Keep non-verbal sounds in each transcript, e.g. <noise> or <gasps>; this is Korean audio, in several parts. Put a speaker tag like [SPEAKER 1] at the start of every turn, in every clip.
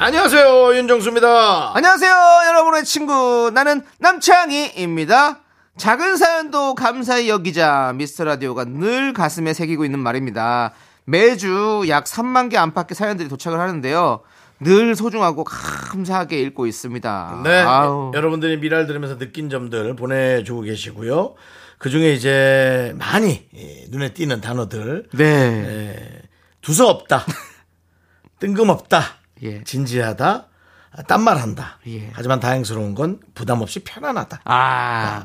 [SPEAKER 1] 안녕하세요 윤정수입니다.
[SPEAKER 2] 안녕하세요, 여러분의 친구. 나는 남창희입니다. 작은 사연도 감사히 여기자. 미스터 라디오가 늘 가슴에 새기고 있는 말입니다. 매주 약 3만 개 안팎의 사연들이 도착을 하는데요. 늘 소중하고 감사하게 읽고 있습니다.
[SPEAKER 1] 네
[SPEAKER 2] 아우.
[SPEAKER 1] 여러분들이 미랄 들으면서 느낀 점들 보내주고 계시고요. 그 중에 이제 많이 예, 눈에 띄는 단어들
[SPEAKER 2] 네. <laughs>
[SPEAKER 1] 두서없다, 뜬금없다,
[SPEAKER 2] 예.
[SPEAKER 1] 진지하다, 딴 말한다.
[SPEAKER 2] 예.
[SPEAKER 1] 하지만 다행스러운 건 부담 없이 편안하다.
[SPEAKER 2] 아,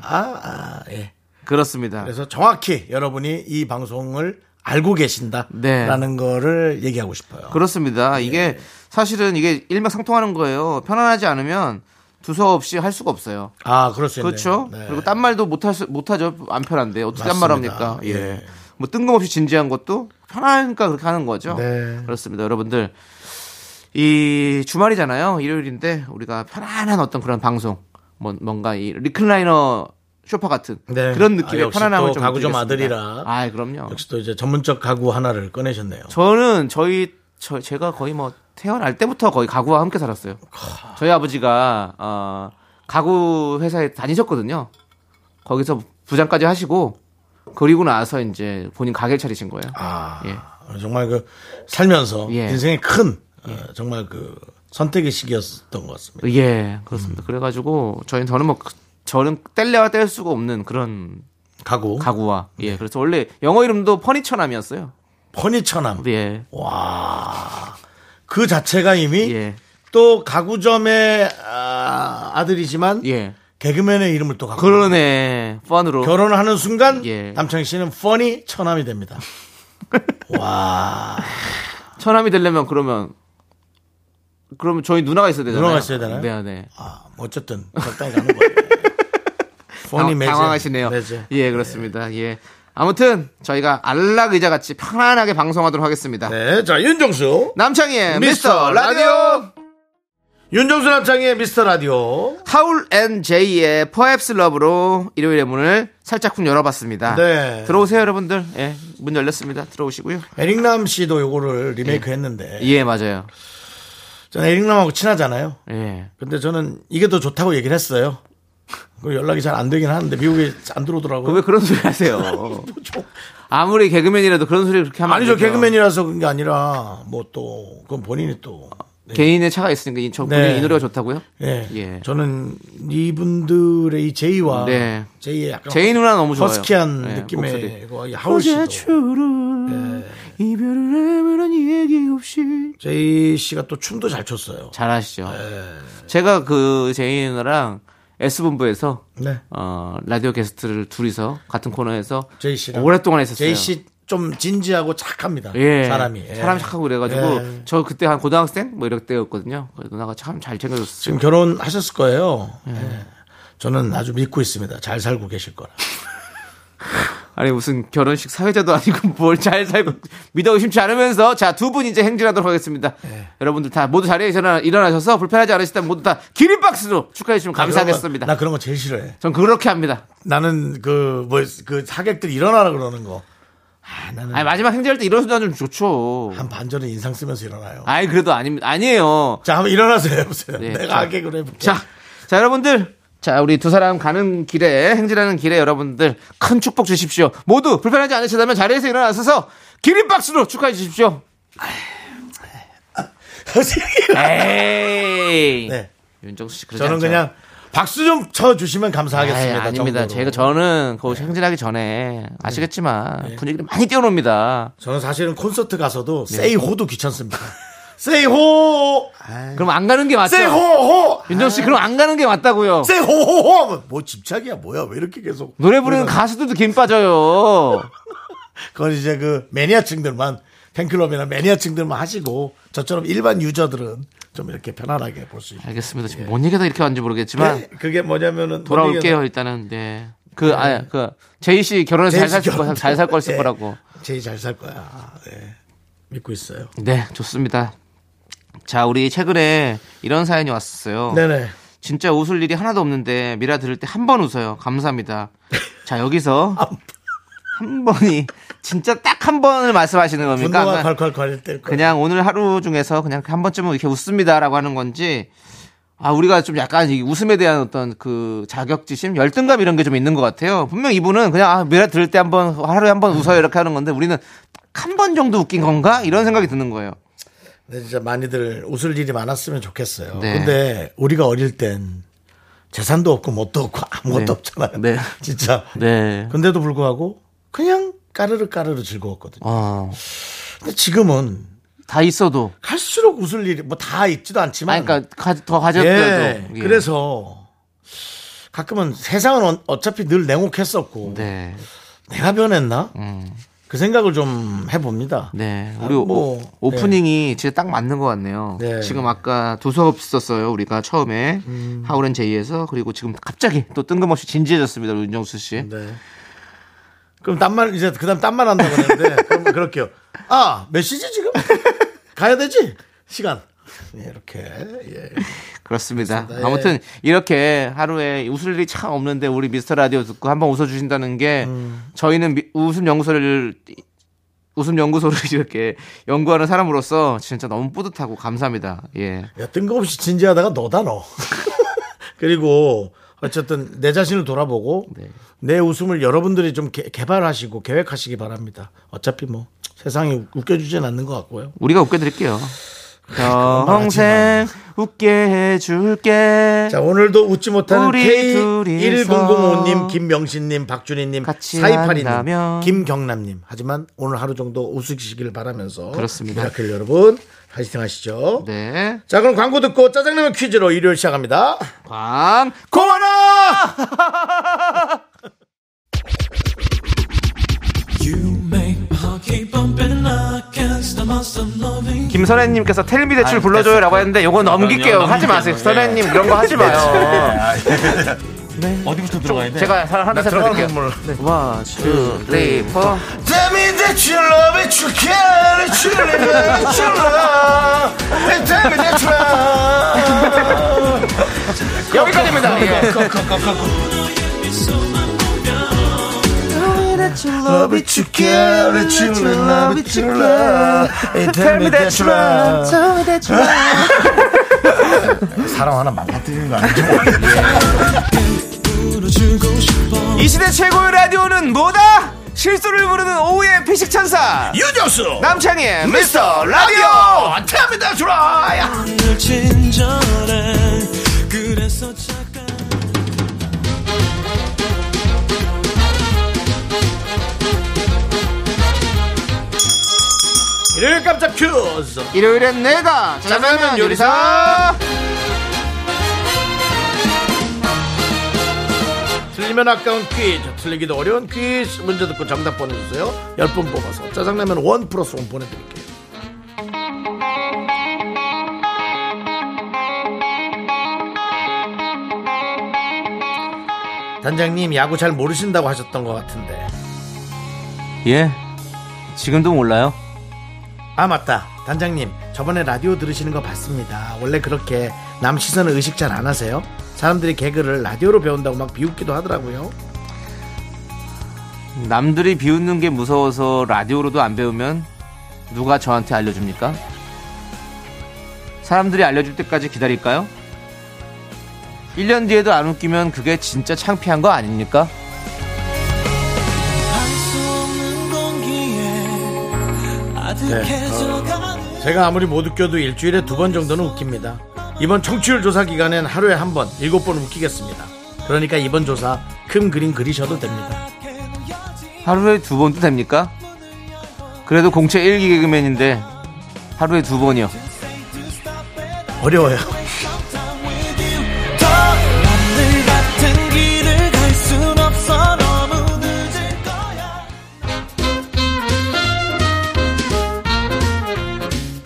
[SPEAKER 1] 아, 아, 예.
[SPEAKER 2] 그렇습니다.
[SPEAKER 1] 그래서 정확히 여러분이 이 방송을 알고
[SPEAKER 2] 네.
[SPEAKER 1] 계신다라는 거를 얘기하고 싶어요.
[SPEAKER 2] 그렇습니다.
[SPEAKER 1] 네.
[SPEAKER 2] 이게 사실은 이게 일맥상통하는 거예요. 편안하지 않으면 두서없이 할 수가 없어요.
[SPEAKER 1] 아, 그럴 수 있네요.
[SPEAKER 2] 그렇죠.
[SPEAKER 1] 네.
[SPEAKER 2] 그리고 딴 말도 못할 수, 못하죠. 안 편한데. 어떻게 딴 말
[SPEAKER 1] 맞습니다.
[SPEAKER 2] 합니까? 예.
[SPEAKER 1] 예.
[SPEAKER 2] 뭐 뜬금없이 진지한 것도 편하니까 그렇게 하는 거죠.
[SPEAKER 1] 네.
[SPEAKER 2] 그렇습니다. 여러분들. 이 주말이잖아요. 일요일인데 우리가 편안한 어떤 그런 방송. 뭐, 뭔가 이 리클라이너 쇼파 같은
[SPEAKER 1] 네.
[SPEAKER 2] 그런
[SPEAKER 1] 아,
[SPEAKER 2] 느낌의
[SPEAKER 1] 역시
[SPEAKER 2] 편안함을
[SPEAKER 1] 또
[SPEAKER 2] 좀
[SPEAKER 1] 가구 좀
[SPEAKER 2] 드리겠습니다.
[SPEAKER 1] 아들이라.
[SPEAKER 2] 아, 그럼요.
[SPEAKER 1] 역시 또 이제 전문적 가구 하나를 꺼내셨네요.
[SPEAKER 2] 저는 저희 저 제가 거의 뭐 태어날 때부터 거의 가구와 함께 살았어요. 저희 아버지가 어, 가구 회사에 다니셨거든요. 거기서 부장까지 하시고 그리고 나서 이제 본인 가게를 차리신 거예요.
[SPEAKER 1] 아,
[SPEAKER 2] 예.
[SPEAKER 1] 정말 그 살면서
[SPEAKER 2] 예.
[SPEAKER 1] 인생의 큰 어, 정말 그 선택의 시기였던 것 같습니다.
[SPEAKER 2] 예, 그렇습니다.
[SPEAKER 1] 음.
[SPEAKER 2] 그래가지고 저희 저는 뭐 그- 저는 뗄래야 뗄 수가 없는 그런
[SPEAKER 1] 가구,
[SPEAKER 2] 가구와
[SPEAKER 1] 네.
[SPEAKER 2] 예, 그래서 원래 영어 이름도 퍼니처남이었어요.
[SPEAKER 1] 퍼니처남.
[SPEAKER 2] 예,
[SPEAKER 1] 어? 와, 그 자체가 이미
[SPEAKER 2] 예,
[SPEAKER 1] 또 가구점의 아, 아들이지만
[SPEAKER 2] 예.
[SPEAKER 1] 개그맨의 이름을 또 갖고
[SPEAKER 2] 그러네. 펀으로
[SPEAKER 1] 결혼을 하는 순간
[SPEAKER 2] 예.
[SPEAKER 1] 남창희 씨는 펀이 처남이 됩니다. 와,
[SPEAKER 2] 처남이 되려면 그러면 그러면 저희 누나가 있어야 되잖아요.
[SPEAKER 1] 누나가 있어야 되나요?
[SPEAKER 2] 네, 네.
[SPEAKER 1] 아, 뭐 어쨌든 적당히 가는
[SPEAKER 2] <laughs>
[SPEAKER 1] 거예요. 펀이
[SPEAKER 2] 당-
[SPEAKER 1] 매제.
[SPEAKER 2] 당황하시네요.
[SPEAKER 1] 매제.
[SPEAKER 2] 예, 그렇습니다. 예. 아무튼 저희가 안락 의자 같이 편안하게 방송하도록 하겠습니다.
[SPEAKER 1] 네, 자 윤정수,
[SPEAKER 2] 남창희의 네, 미스터 라디오
[SPEAKER 1] 윤정수 남창희의 미스터 라디오.
[SPEAKER 2] 하울 앤 제이의 퍼앱스 러브로 일요일의 문을 살짝쿵 열어봤습니다.
[SPEAKER 1] 네.
[SPEAKER 2] 들어오세요, 여러분들. 예, 문 열렸습니다. 들어오시고요.
[SPEAKER 1] 에릭남 씨도 요거를 리메이크 했는데
[SPEAKER 2] 예, 맞아요.
[SPEAKER 1] 저는 에릭남하고 친하잖아요.
[SPEAKER 2] 예.
[SPEAKER 1] 근데 저는 이게 더 좋다고 얘기를 했어요. <laughs> 그 연락이 잘 안 되긴 하는데 미국에 안 들어오더라고요.
[SPEAKER 2] 왜 그런 소리
[SPEAKER 1] <laughs>
[SPEAKER 2] 하세요?
[SPEAKER 1] 뭐 좀-
[SPEAKER 2] 아무리 개그맨이라도 그런 소리 그렇게 하면 안
[SPEAKER 1] 아니죠
[SPEAKER 2] 되죠.
[SPEAKER 1] 개그맨이라서 그런 게 아니라 뭐 또 그건 본인이 또
[SPEAKER 2] 개인의 차가 있으니까 이, 저,
[SPEAKER 1] 네.
[SPEAKER 2] 이 노래가 좋다고요?
[SPEAKER 1] 예.
[SPEAKER 2] 예.
[SPEAKER 1] 저는 이분들의 이 제이와
[SPEAKER 2] 네.
[SPEAKER 1] 제이의 약간
[SPEAKER 2] 제이 누나 너무 좋아요.
[SPEAKER 1] 허스키한
[SPEAKER 2] 예, 목소리.
[SPEAKER 1] 느낌의 그 하울 씨도
[SPEAKER 2] 예. 이별을 하면 얘기 없이
[SPEAKER 1] 제이 씨가 또 춤도 잘 췄어요.
[SPEAKER 2] 잘하시죠.
[SPEAKER 1] 예.
[SPEAKER 2] 제가 그 제이 누나랑 S본부에서
[SPEAKER 1] 네.
[SPEAKER 2] 어, 라디오 게스트를 둘이서 같은 코너에서
[SPEAKER 1] 제이 씨랑
[SPEAKER 2] 오랫동안 했었어요.
[SPEAKER 1] 제이 씨 좀 진지하고 착합니다.
[SPEAKER 2] 예.
[SPEAKER 1] 사람이. 예.
[SPEAKER 2] 사람 착하고 그래가지고
[SPEAKER 1] 예.
[SPEAKER 2] 저 그때 한 고등학생 뭐 이럴 때였거든요. 그래서 누나가 참 잘 챙겨줬어요.
[SPEAKER 1] 지금 결혼하셨을 거예요.
[SPEAKER 2] 네.
[SPEAKER 1] 예. 저는 아주 믿고 있습니다. 잘 살고 계실 거라.
[SPEAKER 2] 아니 무슨 결혼식 사회자도 아니고 <laughs> 뭘 잘 살고 믿어 의심치 않으면서 자 두 분 이제 행진하도록 하겠습니다.
[SPEAKER 1] 예.
[SPEAKER 2] 여러분들 다 모두 자리에 일어나, 일어나셔서 불편하지 않으시다면 모두 다 기린박스로 축하해 주시면 감사하겠습니다.
[SPEAKER 1] 나 아, 그런 거 제일 싫어해.
[SPEAKER 2] 전 그렇게 합니다.
[SPEAKER 1] 나는 그, 뭐, 그 사객들 일어나라 그러는 거. 아, 나는
[SPEAKER 2] 아니 마지막 행진할 때 이런 순간 좀 좋죠.
[SPEAKER 1] 한 반절은 인상 쓰면서 일어나요.
[SPEAKER 2] 아니 그래도 아닙니다. 아니에요.
[SPEAKER 1] 자, 한번 일어나서 해보세요.
[SPEAKER 2] 네,
[SPEAKER 1] 내가
[SPEAKER 2] 자.
[SPEAKER 1] 하게 그래 해볼게.
[SPEAKER 2] 자,
[SPEAKER 1] <laughs>
[SPEAKER 2] 자 여러분들. 자, 우리 두 사람 가는 길에 행진하는 길에 여러분들 큰 축복 주십시오. 모두 불편하지 않으시다면 자리에서 일어나셔서 기린박스로
[SPEAKER 1] <laughs>
[SPEAKER 2] 축하해 주십시오. 에이.
[SPEAKER 1] 네.
[SPEAKER 2] 윤정수 씨 그러지
[SPEAKER 1] 저는
[SPEAKER 2] 않죠.
[SPEAKER 1] 그냥 박수 좀 쳐주시면 감사하겠습니다.
[SPEAKER 2] 아이, 아닙니다.
[SPEAKER 1] 정도로. 네.
[SPEAKER 2] 제가 저는 거기 행진하기 전에 아시겠지만 분위기를 많이 띄워놉니다.
[SPEAKER 1] 저는 사실은 콘서트 가서도
[SPEAKER 2] 네.
[SPEAKER 1] 세이호도 귀찮습니다. <laughs> 세이호!
[SPEAKER 2] 그럼 안 가는 게 맞죠?
[SPEAKER 1] 네. 세이호호!
[SPEAKER 2] 윤정수 씨 그럼 안 가는 게 맞다고요.
[SPEAKER 1] 세이호호호! 뭐 집착이야? 뭐야? 왜 이렇게 계속. 네.
[SPEAKER 2] 노래 부르는 가수들도 김 빠져요.
[SPEAKER 1] 그건 이제 그 매니아층들만 팬클럽이나 매니아층들만 하시고 저처럼 일반 유저들은 좀 이렇게 편안하게 볼 수 있게.
[SPEAKER 2] 알겠습니다. 지금 뭔 얘기다 이렇게 왔는지 모르겠지만
[SPEAKER 1] 네, 그게 뭐냐면은
[SPEAKER 2] 돌아올게요 일단은. 네. 그 아예 그 제이 씨 결혼해서 잘 살 거잘 살 걸
[SPEAKER 1] 네.
[SPEAKER 2] 쓸 거라고.
[SPEAKER 1] 제일 잘 살 거야. 네. 믿고 있어요.
[SPEAKER 2] 네, 좋습니다. 자, 우리 최근에 이런 사연이 왔었어요.
[SPEAKER 1] 네네.
[SPEAKER 2] 진짜 웃을 일이 하나도 없는데 미라 들을 때 한 번 웃어요. 감사합니다. 자,
[SPEAKER 1] <laughs>
[SPEAKER 2] 여기서 한 번이 진짜 딱 한 번을 말씀하시는 겁니까?
[SPEAKER 1] 분노가
[SPEAKER 2] 그냥,
[SPEAKER 1] 콸콸콸 할때
[SPEAKER 2] 그러니까 그냥 오늘 하루 중에서 그냥 한 번쯤은 이렇게 웃습니다라고 하는 건지 아, 우리가 좀 약간 이 웃음에 대한 어떤 그 자격지심, 열등감 이런 게 좀 있는 것 같아요. 분명 이분은 그냥 아, 미라 들을 때 한 번, 하루에 한 번 웃어요 이렇게 하는 건데 우리는 한 번 정도 웃긴 건가? 이런 생각이 드는 거예요.
[SPEAKER 1] 근데 진짜 많이들 웃을 일이 많았으면 좋겠어요.
[SPEAKER 2] 네.
[SPEAKER 1] 근데 우리가 어릴 땐 재산도 없고 뭣도 없고 아무것도
[SPEAKER 2] 네.
[SPEAKER 1] 없잖아요.
[SPEAKER 2] 네.
[SPEAKER 1] <laughs> 진짜.
[SPEAKER 2] 네.
[SPEAKER 1] 근데도 불구하고 그냥 까르르 까르르 즐거웠거든요.
[SPEAKER 2] 어,
[SPEAKER 1] 근데 지금은
[SPEAKER 2] 다 있어도.
[SPEAKER 1] 갈수록 웃을 일이 뭐 다 있지도 않지만.
[SPEAKER 2] 아, 그러니까 가, 더 가졌더라도.
[SPEAKER 1] 예.
[SPEAKER 2] 예.
[SPEAKER 1] 그래서 가끔은 세상은 어- 어차피 늘 냉혹했었고
[SPEAKER 2] 네, 음.
[SPEAKER 1] 내가 변했나? 그 생각을 좀 해봅니다.
[SPEAKER 2] 네.
[SPEAKER 1] 아,
[SPEAKER 2] 우리
[SPEAKER 1] 뭐,
[SPEAKER 2] 오- 오프닝이 진짜 딱 맞는 것 같네요.
[SPEAKER 1] 네.
[SPEAKER 2] 지금 아까 두 수업 있었어요. 우리가 처음에 하울앤 제이에서 그리고 지금 갑자기 또 뜬금없이 진지해졌습니다. 우리 윤정수 씨.
[SPEAKER 1] 네. 그럼 딴 말 이제 그다음 딴 말 한다고 하는데 그럼 그럴게요. 아, 몇 시지 지금? 가야 되지? 시간. 예, 이렇게. 예.
[SPEAKER 2] 그렇습니다. 예.
[SPEAKER 1] 그렇습니다.
[SPEAKER 2] 아무튼 일이 하루에 웃을 일이 참 없는데 우리 미스터 라디오 듣고 한번 웃어주신다는 게 저희는 미- 웃음 연구소를 웃음 연구소를 <laughs> 이렇게 연구하는 사람으로서 진짜 너무 뿌듯하고 감사합니다. 예.
[SPEAKER 1] 야, 뜬금없이 진지하다가 너다 <laughs> 너. 그리고 어쨌든 내 자신을 돌아보고
[SPEAKER 2] 네.
[SPEAKER 1] 내 웃음을 여러분들이 좀 개, 개발하시고 계획하시기 바랍니다. 어차피 뭐 세상이 웃겨주진 않는 것 같고요.
[SPEAKER 2] 우리가 웃겨드릴게요. 평생 웃게 해줄게.
[SPEAKER 1] 자, 오늘도 웃지 못하는
[SPEAKER 2] 우리
[SPEAKER 1] K1005님,
[SPEAKER 2] 둘이서
[SPEAKER 1] 김명신님, 박준희님,
[SPEAKER 2] 같이
[SPEAKER 1] 사이파리님,
[SPEAKER 2] 한다면.
[SPEAKER 1] 김경남님. 하지만 오늘 하루 정도 웃으시길 바라면서.
[SPEAKER 2] 그렇습니다.
[SPEAKER 1] 미라클 여러분, 파이팅 하시죠.
[SPEAKER 2] 네.
[SPEAKER 1] 자, 그럼 광고 듣고 짜장라면 퀴즈로 일요일 시작합니다.
[SPEAKER 2] 광.
[SPEAKER 1] 고마워!
[SPEAKER 2] 김선혜님께서 텔미 대출 불러줘요라고 했는데 요거 넘길게요. 예. 네. 아, 하지 마세요. 선혜님 이런 거 하지 마요. 예. 네.
[SPEAKER 3] 어디부터 들어가야 돼?
[SPEAKER 2] 제가 하나 네. 둘셋 들어드릴게요. 네. 원, 투, 쓰리, 포.
[SPEAKER 1] Tell me that you love it, you care it, you live it, you love it. Tell me that you love it.
[SPEAKER 2] 여기까지입니다. 예.
[SPEAKER 1] Love it, you care it, you love it, you love it. Tell me that you love it.
[SPEAKER 3] 사람 하나 망가뜨리는 거 아니죠?
[SPEAKER 2] 이 시대 최고의 라디오는 뭐다? 실수를 부르는 오후의 피식 천사
[SPEAKER 1] 유정수!
[SPEAKER 2] 남창희의 미스터 라디오.
[SPEAKER 1] 라디오! Tell me that you love it. 일요일 깜짝 퀴즈!
[SPEAKER 2] 일요일엔 내가 짜장면
[SPEAKER 1] 짜장면
[SPEAKER 2] 요리사.
[SPEAKER 1] 틀리면 아까운 퀴즈, 틀리기도 어려운 퀴즈 문제 듣고 정답 보내주세요. 10분 뽑아서 짜장라면 원 플러스 원 보내드릴게요. 단장님 야구 잘 모르신다고 하셨던 것 같은데
[SPEAKER 2] 예. 지금도 몰라요.
[SPEAKER 1] 아 맞다 단장님 저번에 라디오 들으시는 거 봤습니다 원래 그렇게 남 시선을 의식 잘 안 하세요? 사람들이 개그를 라디오로 배운다고 막 비웃기도 하더라고요
[SPEAKER 2] 남들이 비웃는 게 무서워서 라디오로도 안 배우면 누가 저한테 알려줍니까? 사람들이 알려줄 때까지 기다릴까요? 1년 뒤에도 안 웃기면 그게 진짜 창피한 거 아닙니까?
[SPEAKER 1] 제가 아무리 못 웃겨도 일주일에 두 번 정도는 웃깁니다. 이번 청취율 조사 기간엔 하루에 한 번, 일곱 번 웃기겠습니다. 그러니까 이번 조사 큰 그림 그리셔도 됩니다.
[SPEAKER 2] 하루에 두 번도 됩니까? 그래도 공채 1기 개그맨인데 하루에 두 번이요.
[SPEAKER 1] 어려워요.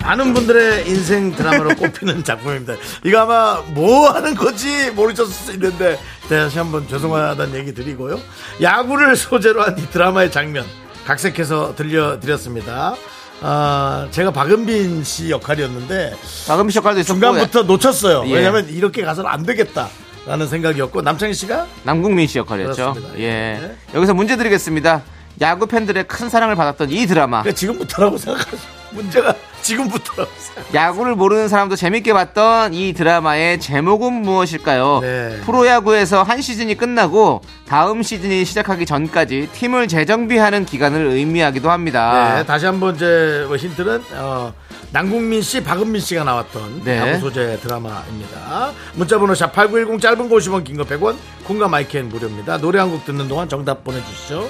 [SPEAKER 1] 많은 분들의 인생 드라마로 꼽히는 <laughs> 작품입니다. 이거 아마 뭐 하는 건지 모르셨을 수 있는데 네, 다시 한번 죄송하다는 얘기 드리고요. 야구를 소재로 한 이 드라마의 장면 각색해서 들려드렸습니다. 아, 제가 박은빈 씨 역할이었는데
[SPEAKER 2] 박은비 역할도 있었고
[SPEAKER 1] 중간부터 놓쳤어요.
[SPEAKER 2] 예.
[SPEAKER 1] 왜냐하면 이렇게 가서는 안 되겠다라는 생각이었고 남창희 씨가
[SPEAKER 2] 예. 남궁민 씨 역할이었죠.
[SPEAKER 1] 그렇습니다.
[SPEAKER 2] 예.
[SPEAKER 1] 네.
[SPEAKER 2] 여기서 문제 드리겠습니다. 야구 팬들의 큰 사랑을 받았던 이 드라마.
[SPEAKER 1] 그러니까 지금부터라고 <laughs> 생각하죠. 문제가 지금부터라고 생각.
[SPEAKER 2] 야구를 모르는 사람도 재밌게 봤던 이 드라마의 제목은 무엇일까요?
[SPEAKER 1] 네.
[SPEAKER 2] 프로야구에서 한 시즌이 끝나고 다음 시즌이 시작하기 전까지 팀을 재정비하는 기간을 의미하기도 합니다.
[SPEAKER 1] 네, 다시 한번 이제 뭐 힌트는 어, 남궁민 씨, 박은민 씨가 나왔던
[SPEAKER 2] 네.
[SPEAKER 1] 야구 소재 드라마입니다. 문자번호 샵 #8910 짧은 거 50원, 긴 거 100원, 콩과 마이크는 무료입니다. 노래 한 곡 듣는 동안 정답 보내주시죠.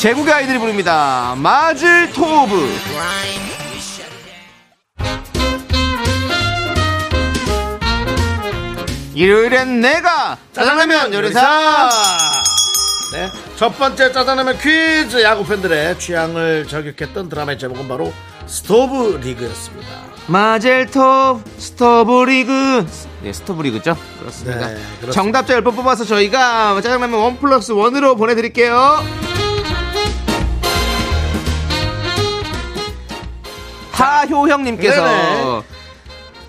[SPEAKER 2] 제국의 아이들이 부릅니다. 마질 토브. 일요일엔 내가 짜장라면 요리사.
[SPEAKER 1] 네, 첫 번째 짜장라면 퀴즈 야구 팬들의 취향을 저격했던 드라마의 제목은 바로 스토브 리그였습니다.
[SPEAKER 2] 마젤톱 스토브리그 네 스토브리그죠 그렇습니다.
[SPEAKER 1] 네, 그렇습니다.
[SPEAKER 2] 정답자 10분 뽑아서 저희가 짜장라면 원 플러스 원으로 보내드릴게요
[SPEAKER 1] 네네.
[SPEAKER 2] 하효형님께서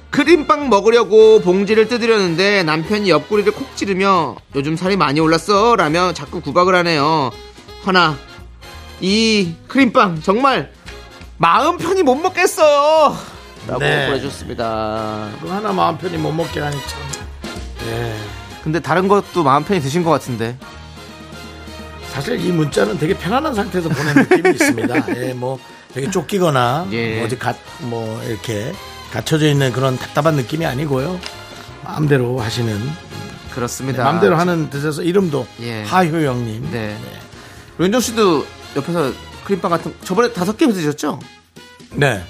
[SPEAKER 2] 크림빵 먹으려고 봉지를 뜯으려는데 남편이 옆구리를 콕 찌르며 요즘 살이 많이 올랐어 라며 자꾸 구박을 하네요 하나 이 크림빵 정말 마음 편히 못 먹겠어요 라고
[SPEAKER 1] 네.
[SPEAKER 2] 보내줬습니다
[SPEAKER 1] 그거 하나 마음 편히 못 먹게 하니 참. 네.
[SPEAKER 2] 근데 다른 것도 마음 편히 드신 것 같은데
[SPEAKER 1] 사실 이 문자는 되게 편안한 상태에서 보낸 느낌이
[SPEAKER 2] <laughs>
[SPEAKER 1] 있습니다. 예, 뭐 되게 쫓기거나
[SPEAKER 2] 예.
[SPEAKER 1] 어디 가 뭐 이렇게 갇혀져 있는 그런 답답한 느낌이 아니고요. 마음대로 하시는 네,
[SPEAKER 2] 그렇습니다
[SPEAKER 1] 마음대로 하는 뜻에서 이름도
[SPEAKER 2] 예.
[SPEAKER 1] 하효영님.
[SPEAKER 2] 네. 윤정 씨도 옆에서 크림빵 같은 저번에 다섯 개 드셨죠?
[SPEAKER 1] 네.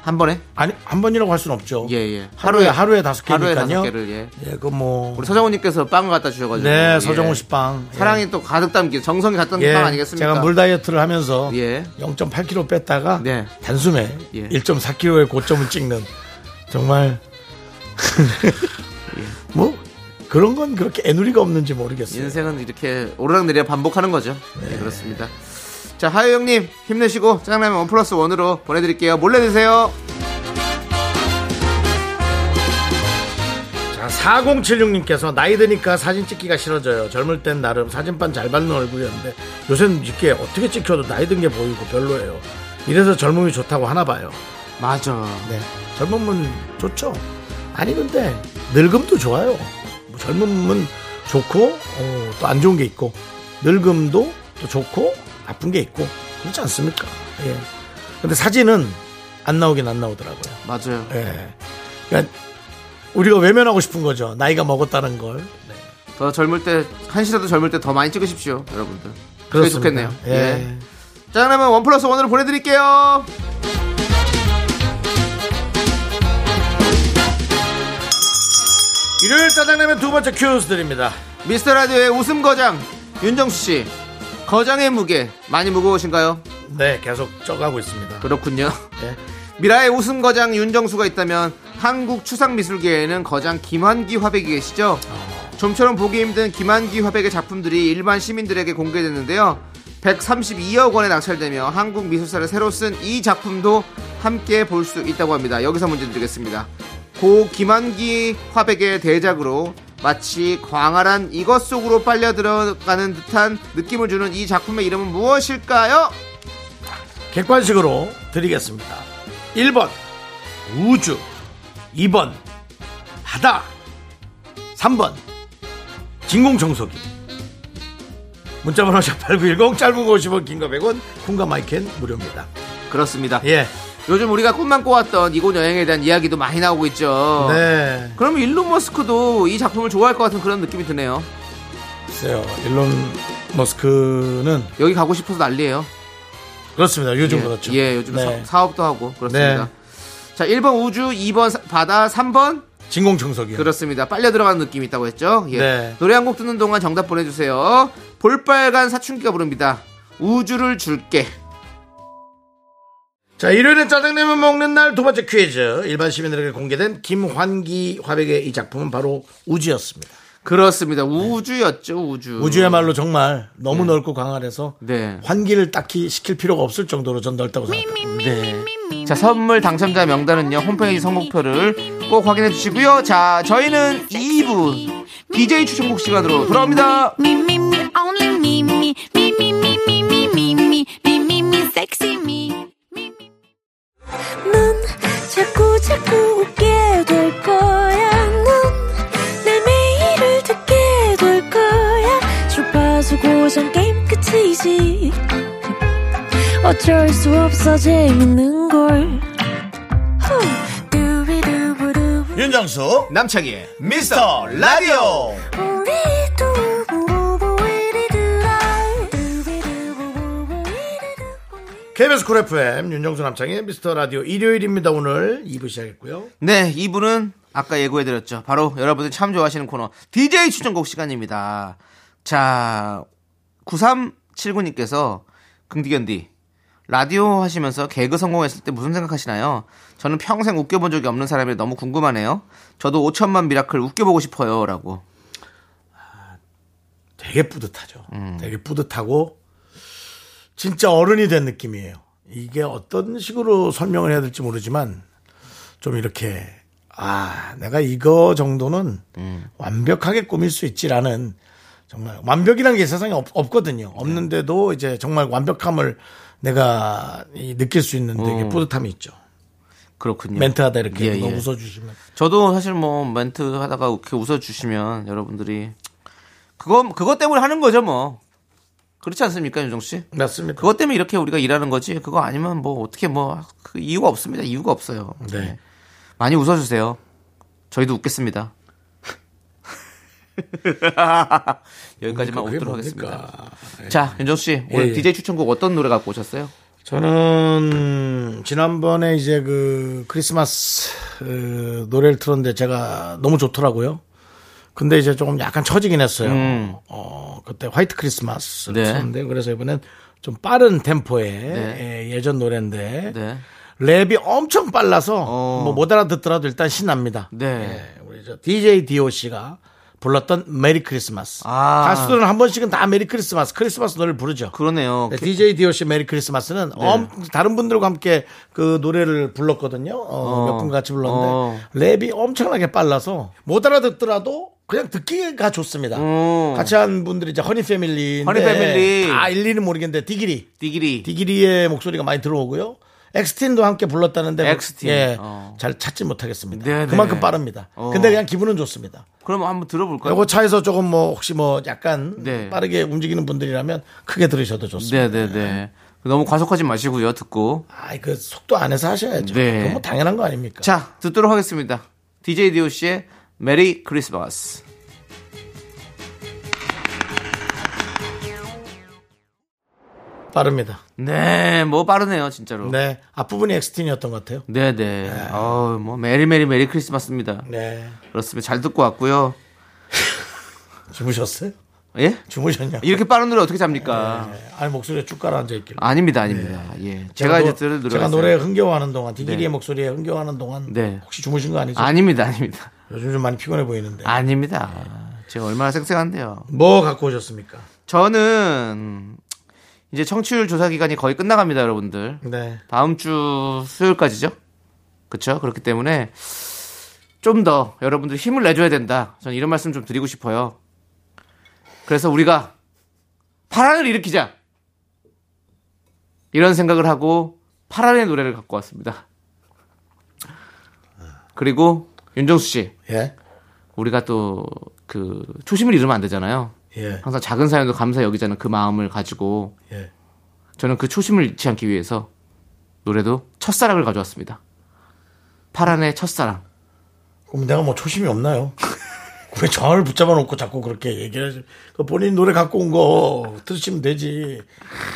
[SPEAKER 2] 한 번에?
[SPEAKER 1] 아니 한 번이라고 할 수는 없죠.
[SPEAKER 2] 예, 예.
[SPEAKER 1] 하루에 하루에 다섯
[SPEAKER 2] 하루에
[SPEAKER 1] 개니까요.
[SPEAKER 2] 다섯 개를 예.
[SPEAKER 1] 예, 그뭐
[SPEAKER 2] 우리 서정훈님께서 빵을 갖다 주셔가지고
[SPEAKER 1] 네,
[SPEAKER 2] 예.
[SPEAKER 1] 서정호 씨빵
[SPEAKER 2] 사랑이 또 가득 담긴 정성이 가득 담긴
[SPEAKER 1] 예,
[SPEAKER 2] 빵 아니겠습니까?
[SPEAKER 1] 제가 물 다이어트를 하면서
[SPEAKER 2] 예.
[SPEAKER 1] 0.8kg 뺐다가
[SPEAKER 2] 네.
[SPEAKER 1] 단숨에
[SPEAKER 2] 예.
[SPEAKER 1] 1.4kg의 고점을 찍는
[SPEAKER 2] <laughs>
[SPEAKER 1] 정말
[SPEAKER 2] 예.
[SPEAKER 1] 뭐 그런 건 그렇게 애누리가 없는지 모르겠어요.
[SPEAKER 2] 인생은 이렇게 오르락내리락 반복하는 거죠. 네, 그렇습니다. 자, 하유 형님 힘내시고 짜장라면 원 플러스 원으로 보내드릴게요. 몰래 드세요.
[SPEAKER 1] 자, 4076님께서 나이 드니까 사진 찍기가 싫어져요. 젊을 땐 나름 사진반 잘 받는 얼굴이었는데 요새는 이게 어떻게 찍혀도 나이 든 게 보이고 별로예요. 이래서 젊음이 좋다고 하나 봐요.
[SPEAKER 2] 맞아.
[SPEAKER 1] 네. 젊음은 좋죠. 아니 근데 늙음도 좋아요. 뭐 젊음은 좋고 어, 또 안 좋은 게 있고 늙음도 또 좋고 나쁜 게 있고 그렇지 않습니까? 예. 근데 사진은 안 나오긴 안 나오더라고요.
[SPEAKER 2] 맞아요.
[SPEAKER 1] 예. 그러니까 우리가 외면하고 싶은 거죠. 나이가 먹었다는 걸. 네.
[SPEAKER 2] 더 젊을 때, 한시라도 젊을 때 더 많이 찍으십시오, 여러분들. 그게
[SPEAKER 1] 그렇습니다.
[SPEAKER 2] 좋겠네요.
[SPEAKER 1] 예.
[SPEAKER 2] 예. 짜장라면 원 플러스 원으로 보내드릴게요.
[SPEAKER 1] 일요일 짜장라면 두 번째 큐스 드립니다.
[SPEAKER 2] 미스터 라디오의 웃음 거장, 윤정수 씨. 거장의 무게, 많이 무거우신가요?
[SPEAKER 1] 네, 계속 쪄가고 있습니다.
[SPEAKER 2] 그렇군요.
[SPEAKER 1] 네.
[SPEAKER 2] 미라의 웃음 거장 윤정수가 있다면 한국 추상미술계에는 거장 김환기 화백이 계시죠. 좀처럼 보기 힘든 김환기 화백의 작품들이 일반 시민들에게 공개됐는데요. 132억 원에 낙찰되며 한국 미술사를 새로 쓴 이 작품도 함께 볼 수 있다고 합니다. 여기서 문제 드리겠습니다. 고 김환기 화백의 대작으로 마치 광활한 이것 속으로 빨려 들어가는 듯한 느낌을 주는 이 작품의 이름은 무엇일까요?
[SPEAKER 1] 객관식으로 드리겠습니다. 1번 우주 2번 바다 3번 진공청소기 문자번호 샵8910 짧은 거 50원 긴 거 100원 콩과 마이켄 무료입니다.
[SPEAKER 2] 그렇습니다.
[SPEAKER 1] 예.
[SPEAKER 2] 요즘 우리가 꿈만 꿔왔던 이곳 여행에 대한 이야기도 많이 나오고 있죠.
[SPEAKER 1] 네.
[SPEAKER 2] 그럼 일론 머스크도 이 작품을 좋아할 것 같은 그런 느낌이 드네요.
[SPEAKER 1] 글쎄요. 일론 머스크는
[SPEAKER 2] 여기 가고 싶어서 난리예요.
[SPEAKER 1] 그렇습니다. 요즘
[SPEAKER 2] 예,
[SPEAKER 1] 그렇죠.
[SPEAKER 2] 예, 요즘
[SPEAKER 1] 네.
[SPEAKER 2] 사, 업도 하고 그렇습니다.
[SPEAKER 1] 네.
[SPEAKER 2] 자, 1번 우주, 2번 사- 바다, 3번
[SPEAKER 1] 진공청소기.
[SPEAKER 2] 그렇습니다. 빨려 들어가는 느낌이 있다고 했죠. 예.
[SPEAKER 1] 예. 네.
[SPEAKER 2] 노래 한 곡 듣는 동안 정답 보내주세요. 볼빨간 사춘기가 부릅니다. 우주를 줄게.
[SPEAKER 1] 자, 일요일에 짜장라면 먹는 날 두 번째 퀴즈. 일반 시민들에게 공개된 김환기 화백의 이 작품은 바로 우주였습니다.
[SPEAKER 2] 그렇습니다. 우주였죠, 우주.
[SPEAKER 1] 우주야말로 정말 너무 넓고 광활해서
[SPEAKER 2] 음. 네.
[SPEAKER 1] 환기를 딱히 시킬 필요가 없을 정도로 전 넓다고 생각합니다.
[SPEAKER 2] 네. 자, 선물 당첨자 명단은요, 홈페이지 선곡표를 꼭 확인해 주시고요. 자, 저희는 2부 DJ 추천곡 시간으로 돌아옵니다.
[SPEAKER 4] Me, me, me, only me, me, me, me, me, me, me, me, me, me, me, me, sexy me. Me, me. 넌 자꾸, 자꾸 웃게 될 거야. 넌내 매일을 듣게 될 거야. 주파수 고정 게임 끝이지. 어쩔 수 없어 재밌는 걸. 후. 두비두부두부.
[SPEAKER 3] 윤정수
[SPEAKER 2] 남창희의
[SPEAKER 3] 미스터 라디오
[SPEAKER 4] 우리 두부부부 이리들아. 두비두부부부 이리두부.
[SPEAKER 1] KBS 쿨 FM 윤정수 남창의 미스터 라디오 일요일입니다. 오늘 2부 시작했고요.
[SPEAKER 2] 네, 2부는 아까 예고해드렸죠. 바로 여러분들이 참 좋아하시는 코너, DJ 추천곡 시간입니다. 자, 9379님께서, 긍디견디, 라디오 하시면서 개그 성공했을 때 무슨 생각하시나요? 저는 평생 웃겨본 적이 없는 사람이 너무 궁금하네요. 저도 5천만 미라클 웃겨보고 싶어요. 라고.
[SPEAKER 1] 되게 뿌듯하죠. 되게 뿌듯하고 진짜 어른이 된 느낌이에요. 이게 어떤 식으로 설명을 해야 될지 모르지만 좀 이렇게 아 내가 이거 정도는 완벽하게 꾸밀 수 있지라는 정말 완벽이라는 게 세상에 없, 없거든요. 없는데도 이제 정말 완벽함을 내가 이 느낄 수 있는 되게 뿌듯함이 있죠.
[SPEAKER 2] 그렇군요.
[SPEAKER 1] 멘트하다 이렇게
[SPEAKER 2] 예,
[SPEAKER 1] 누가
[SPEAKER 2] 예.
[SPEAKER 1] 웃어주시면
[SPEAKER 2] 저도 사실 뭐 멘트 하다가 이렇게 웃어주시면 여러분들이, 그거, 그것 때문에 하는 거죠 뭐. 그렇지 않습니까, 윤정씨?
[SPEAKER 1] 맞습니다.
[SPEAKER 2] 그것 때문에 이렇게 우리가 일하는 거지. 그거 아니면 뭐 어떻게 뭐 그 이유가 없습니다. 이유가 없어요.
[SPEAKER 1] 네.
[SPEAKER 2] 네. 많이 웃어주세요. 저희도
[SPEAKER 1] <laughs>
[SPEAKER 2] 웃겠습니다.
[SPEAKER 1] 그러니까
[SPEAKER 2] 여기까지만
[SPEAKER 1] 그게
[SPEAKER 2] 웃도록
[SPEAKER 1] 뭡니까? 네.
[SPEAKER 2] 하겠습니다. 자, 윤정수 씨 오늘
[SPEAKER 1] 예, 예.
[SPEAKER 2] DJ 추천곡 어떤 노래 갖고 오셨어요?
[SPEAKER 1] 저는 지난번에 이제 그 크리스마스 어, 노래를 틀었는데 제가 너무 좋더라고요. 근데 이제 조금 약간 처지긴 했어요. 어, 그때 화이트 크리스마스를
[SPEAKER 2] 음. 네.
[SPEAKER 1] 틀었는데 그래서 이번엔 좀 빠른 템포의
[SPEAKER 2] 네.
[SPEAKER 1] 예, 예전 노래인데
[SPEAKER 2] 네.
[SPEAKER 1] 랩이 엄청 빨라서
[SPEAKER 2] 어.
[SPEAKER 1] 뭐 못 알아듣더라도 일단 신납니다.
[SPEAKER 2] 네.
[SPEAKER 1] 예, 우리 저 DJ DOC가 불렀던 메리 크리스마스.
[SPEAKER 2] 아.
[SPEAKER 1] 가수들은 한 번씩은 다 메리 크리스마스, 크리스마스 노래를 부르죠.
[SPEAKER 2] 그러네요.
[SPEAKER 1] 네, DJ DOC 메리
[SPEAKER 2] 네.
[SPEAKER 1] 크리스마스는 엄, 다른 분들과 함께 그 노래를 불렀거든요. 어,
[SPEAKER 2] 어.
[SPEAKER 1] 몇 분 같이 불렀는데 랩이 엄청나게 빨라서 못 알아듣더라도 그냥 듣기가 좋습니다.
[SPEAKER 2] 어.
[SPEAKER 1] 같이 한 분들이 이제 허니 패밀리.
[SPEAKER 2] 허니 패밀리.
[SPEAKER 1] 아, 일리는 모르겠는데 디기리.
[SPEAKER 2] 디기리.
[SPEAKER 1] 디기리의 목소리가 많이 들어오고요. 엑스틴도 함께 불렀다는데 뭐,
[SPEAKER 2] 엑스틴.
[SPEAKER 1] 예,
[SPEAKER 2] 어.
[SPEAKER 1] 잘 찾지 못하겠습니다.
[SPEAKER 2] 네네.
[SPEAKER 1] 그만큼 빠릅니다.
[SPEAKER 2] 어.
[SPEAKER 1] 근데 그냥 기분은 좋습니다.
[SPEAKER 2] 그럼 한번 들어볼까요?
[SPEAKER 1] 요거 차에서 조금 뭐 혹시 뭐 약간
[SPEAKER 2] 네.
[SPEAKER 1] 빠르게 움직이는 분들이라면 크게 들으셔도 좋습니다.
[SPEAKER 2] 네, 네, 네. 너무 과속하지 마시고요. 듣고.
[SPEAKER 1] 아이 그 속도 안에서 하셔야죠.
[SPEAKER 2] 네.
[SPEAKER 1] 그건 뭐 당연한 거 아닙니까?
[SPEAKER 2] 자, 듣도록 하겠습니다. DJ DOC의 메리 크리스마스.
[SPEAKER 1] 빠릅니다.
[SPEAKER 2] 네, 뭐 빠르네요, 진짜로.
[SPEAKER 1] 네 앞부분이 엑스틴이었던 것 같아요.
[SPEAKER 2] 네네. 어우, 뭐, 메리메리 메리 크리스마스입니다.
[SPEAKER 1] 네
[SPEAKER 2] 그렇습니다. 잘 듣고 왔고요.
[SPEAKER 1] 주무셨어요?
[SPEAKER 2] 예?
[SPEAKER 1] 주무셨냐?
[SPEAKER 2] 이렇게 빠른 노래 어떻게 잡니까?
[SPEAKER 1] 네. 아니 목소리에 쭉 가라앉아 있길래.
[SPEAKER 2] 아닙니다, 아닙니다. 예. 제가, 이제
[SPEAKER 1] 노-
[SPEAKER 2] 들을 노래가.
[SPEAKER 1] 제가
[SPEAKER 2] 있어요.
[SPEAKER 1] 노래에 흥겨워하는 동안 디기리의 목소리에 흥겨워하는 동안
[SPEAKER 2] 네.
[SPEAKER 1] 혹시 주무신 거 아니죠?
[SPEAKER 2] 아닙니다, 아. 아닙니다.
[SPEAKER 1] 요즘 좀 많이 피곤해
[SPEAKER 2] 네.
[SPEAKER 1] 보이는데.
[SPEAKER 2] 아닙니다. 제가 얼마나 쌩쌩한데요.
[SPEAKER 1] 뭐 갖고 오셨습니까?
[SPEAKER 2] 저는 이제 청취율 조사 기간이 거의 끝나갑니다, 여러분들.
[SPEAKER 1] 네.
[SPEAKER 2] 다음 주 수요일까지죠? 그렇죠? 그렇기 때문에 좀 더 여러분들 힘을 내줘야 된다. 저는 이런 말씀 좀 드리고 싶어요. 그래서 우리가 파란을 일으키자. 이런 생각을 하고 파란의 노래를 갖고 왔습니다. 그리고 윤정수 씨,
[SPEAKER 1] 예.
[SPEAKER 2] 우리가 또 그 초심을 잃으면 안 되잖아요.
[SPEAKER 1] 예.
[SPEAKER 2] 항상 작은 사연도 감사 여기자는 그 마음을 가지고
[SPEAKER 1] 예.
[SPEAKER 2] 저는 그 초심을 잃지 않기 위해서 노래도 첫사랑을 가져왔습니다. 파란의 첫사랑.
[SPEAKER 1] 그럼 내가 뭐 초심이 없나요? <laughs> 왜 저를 붙잡아 놓고 자꾸 그렇게 얘기하지? 그 본인 노래 갖고 온 거 들으시면 되지.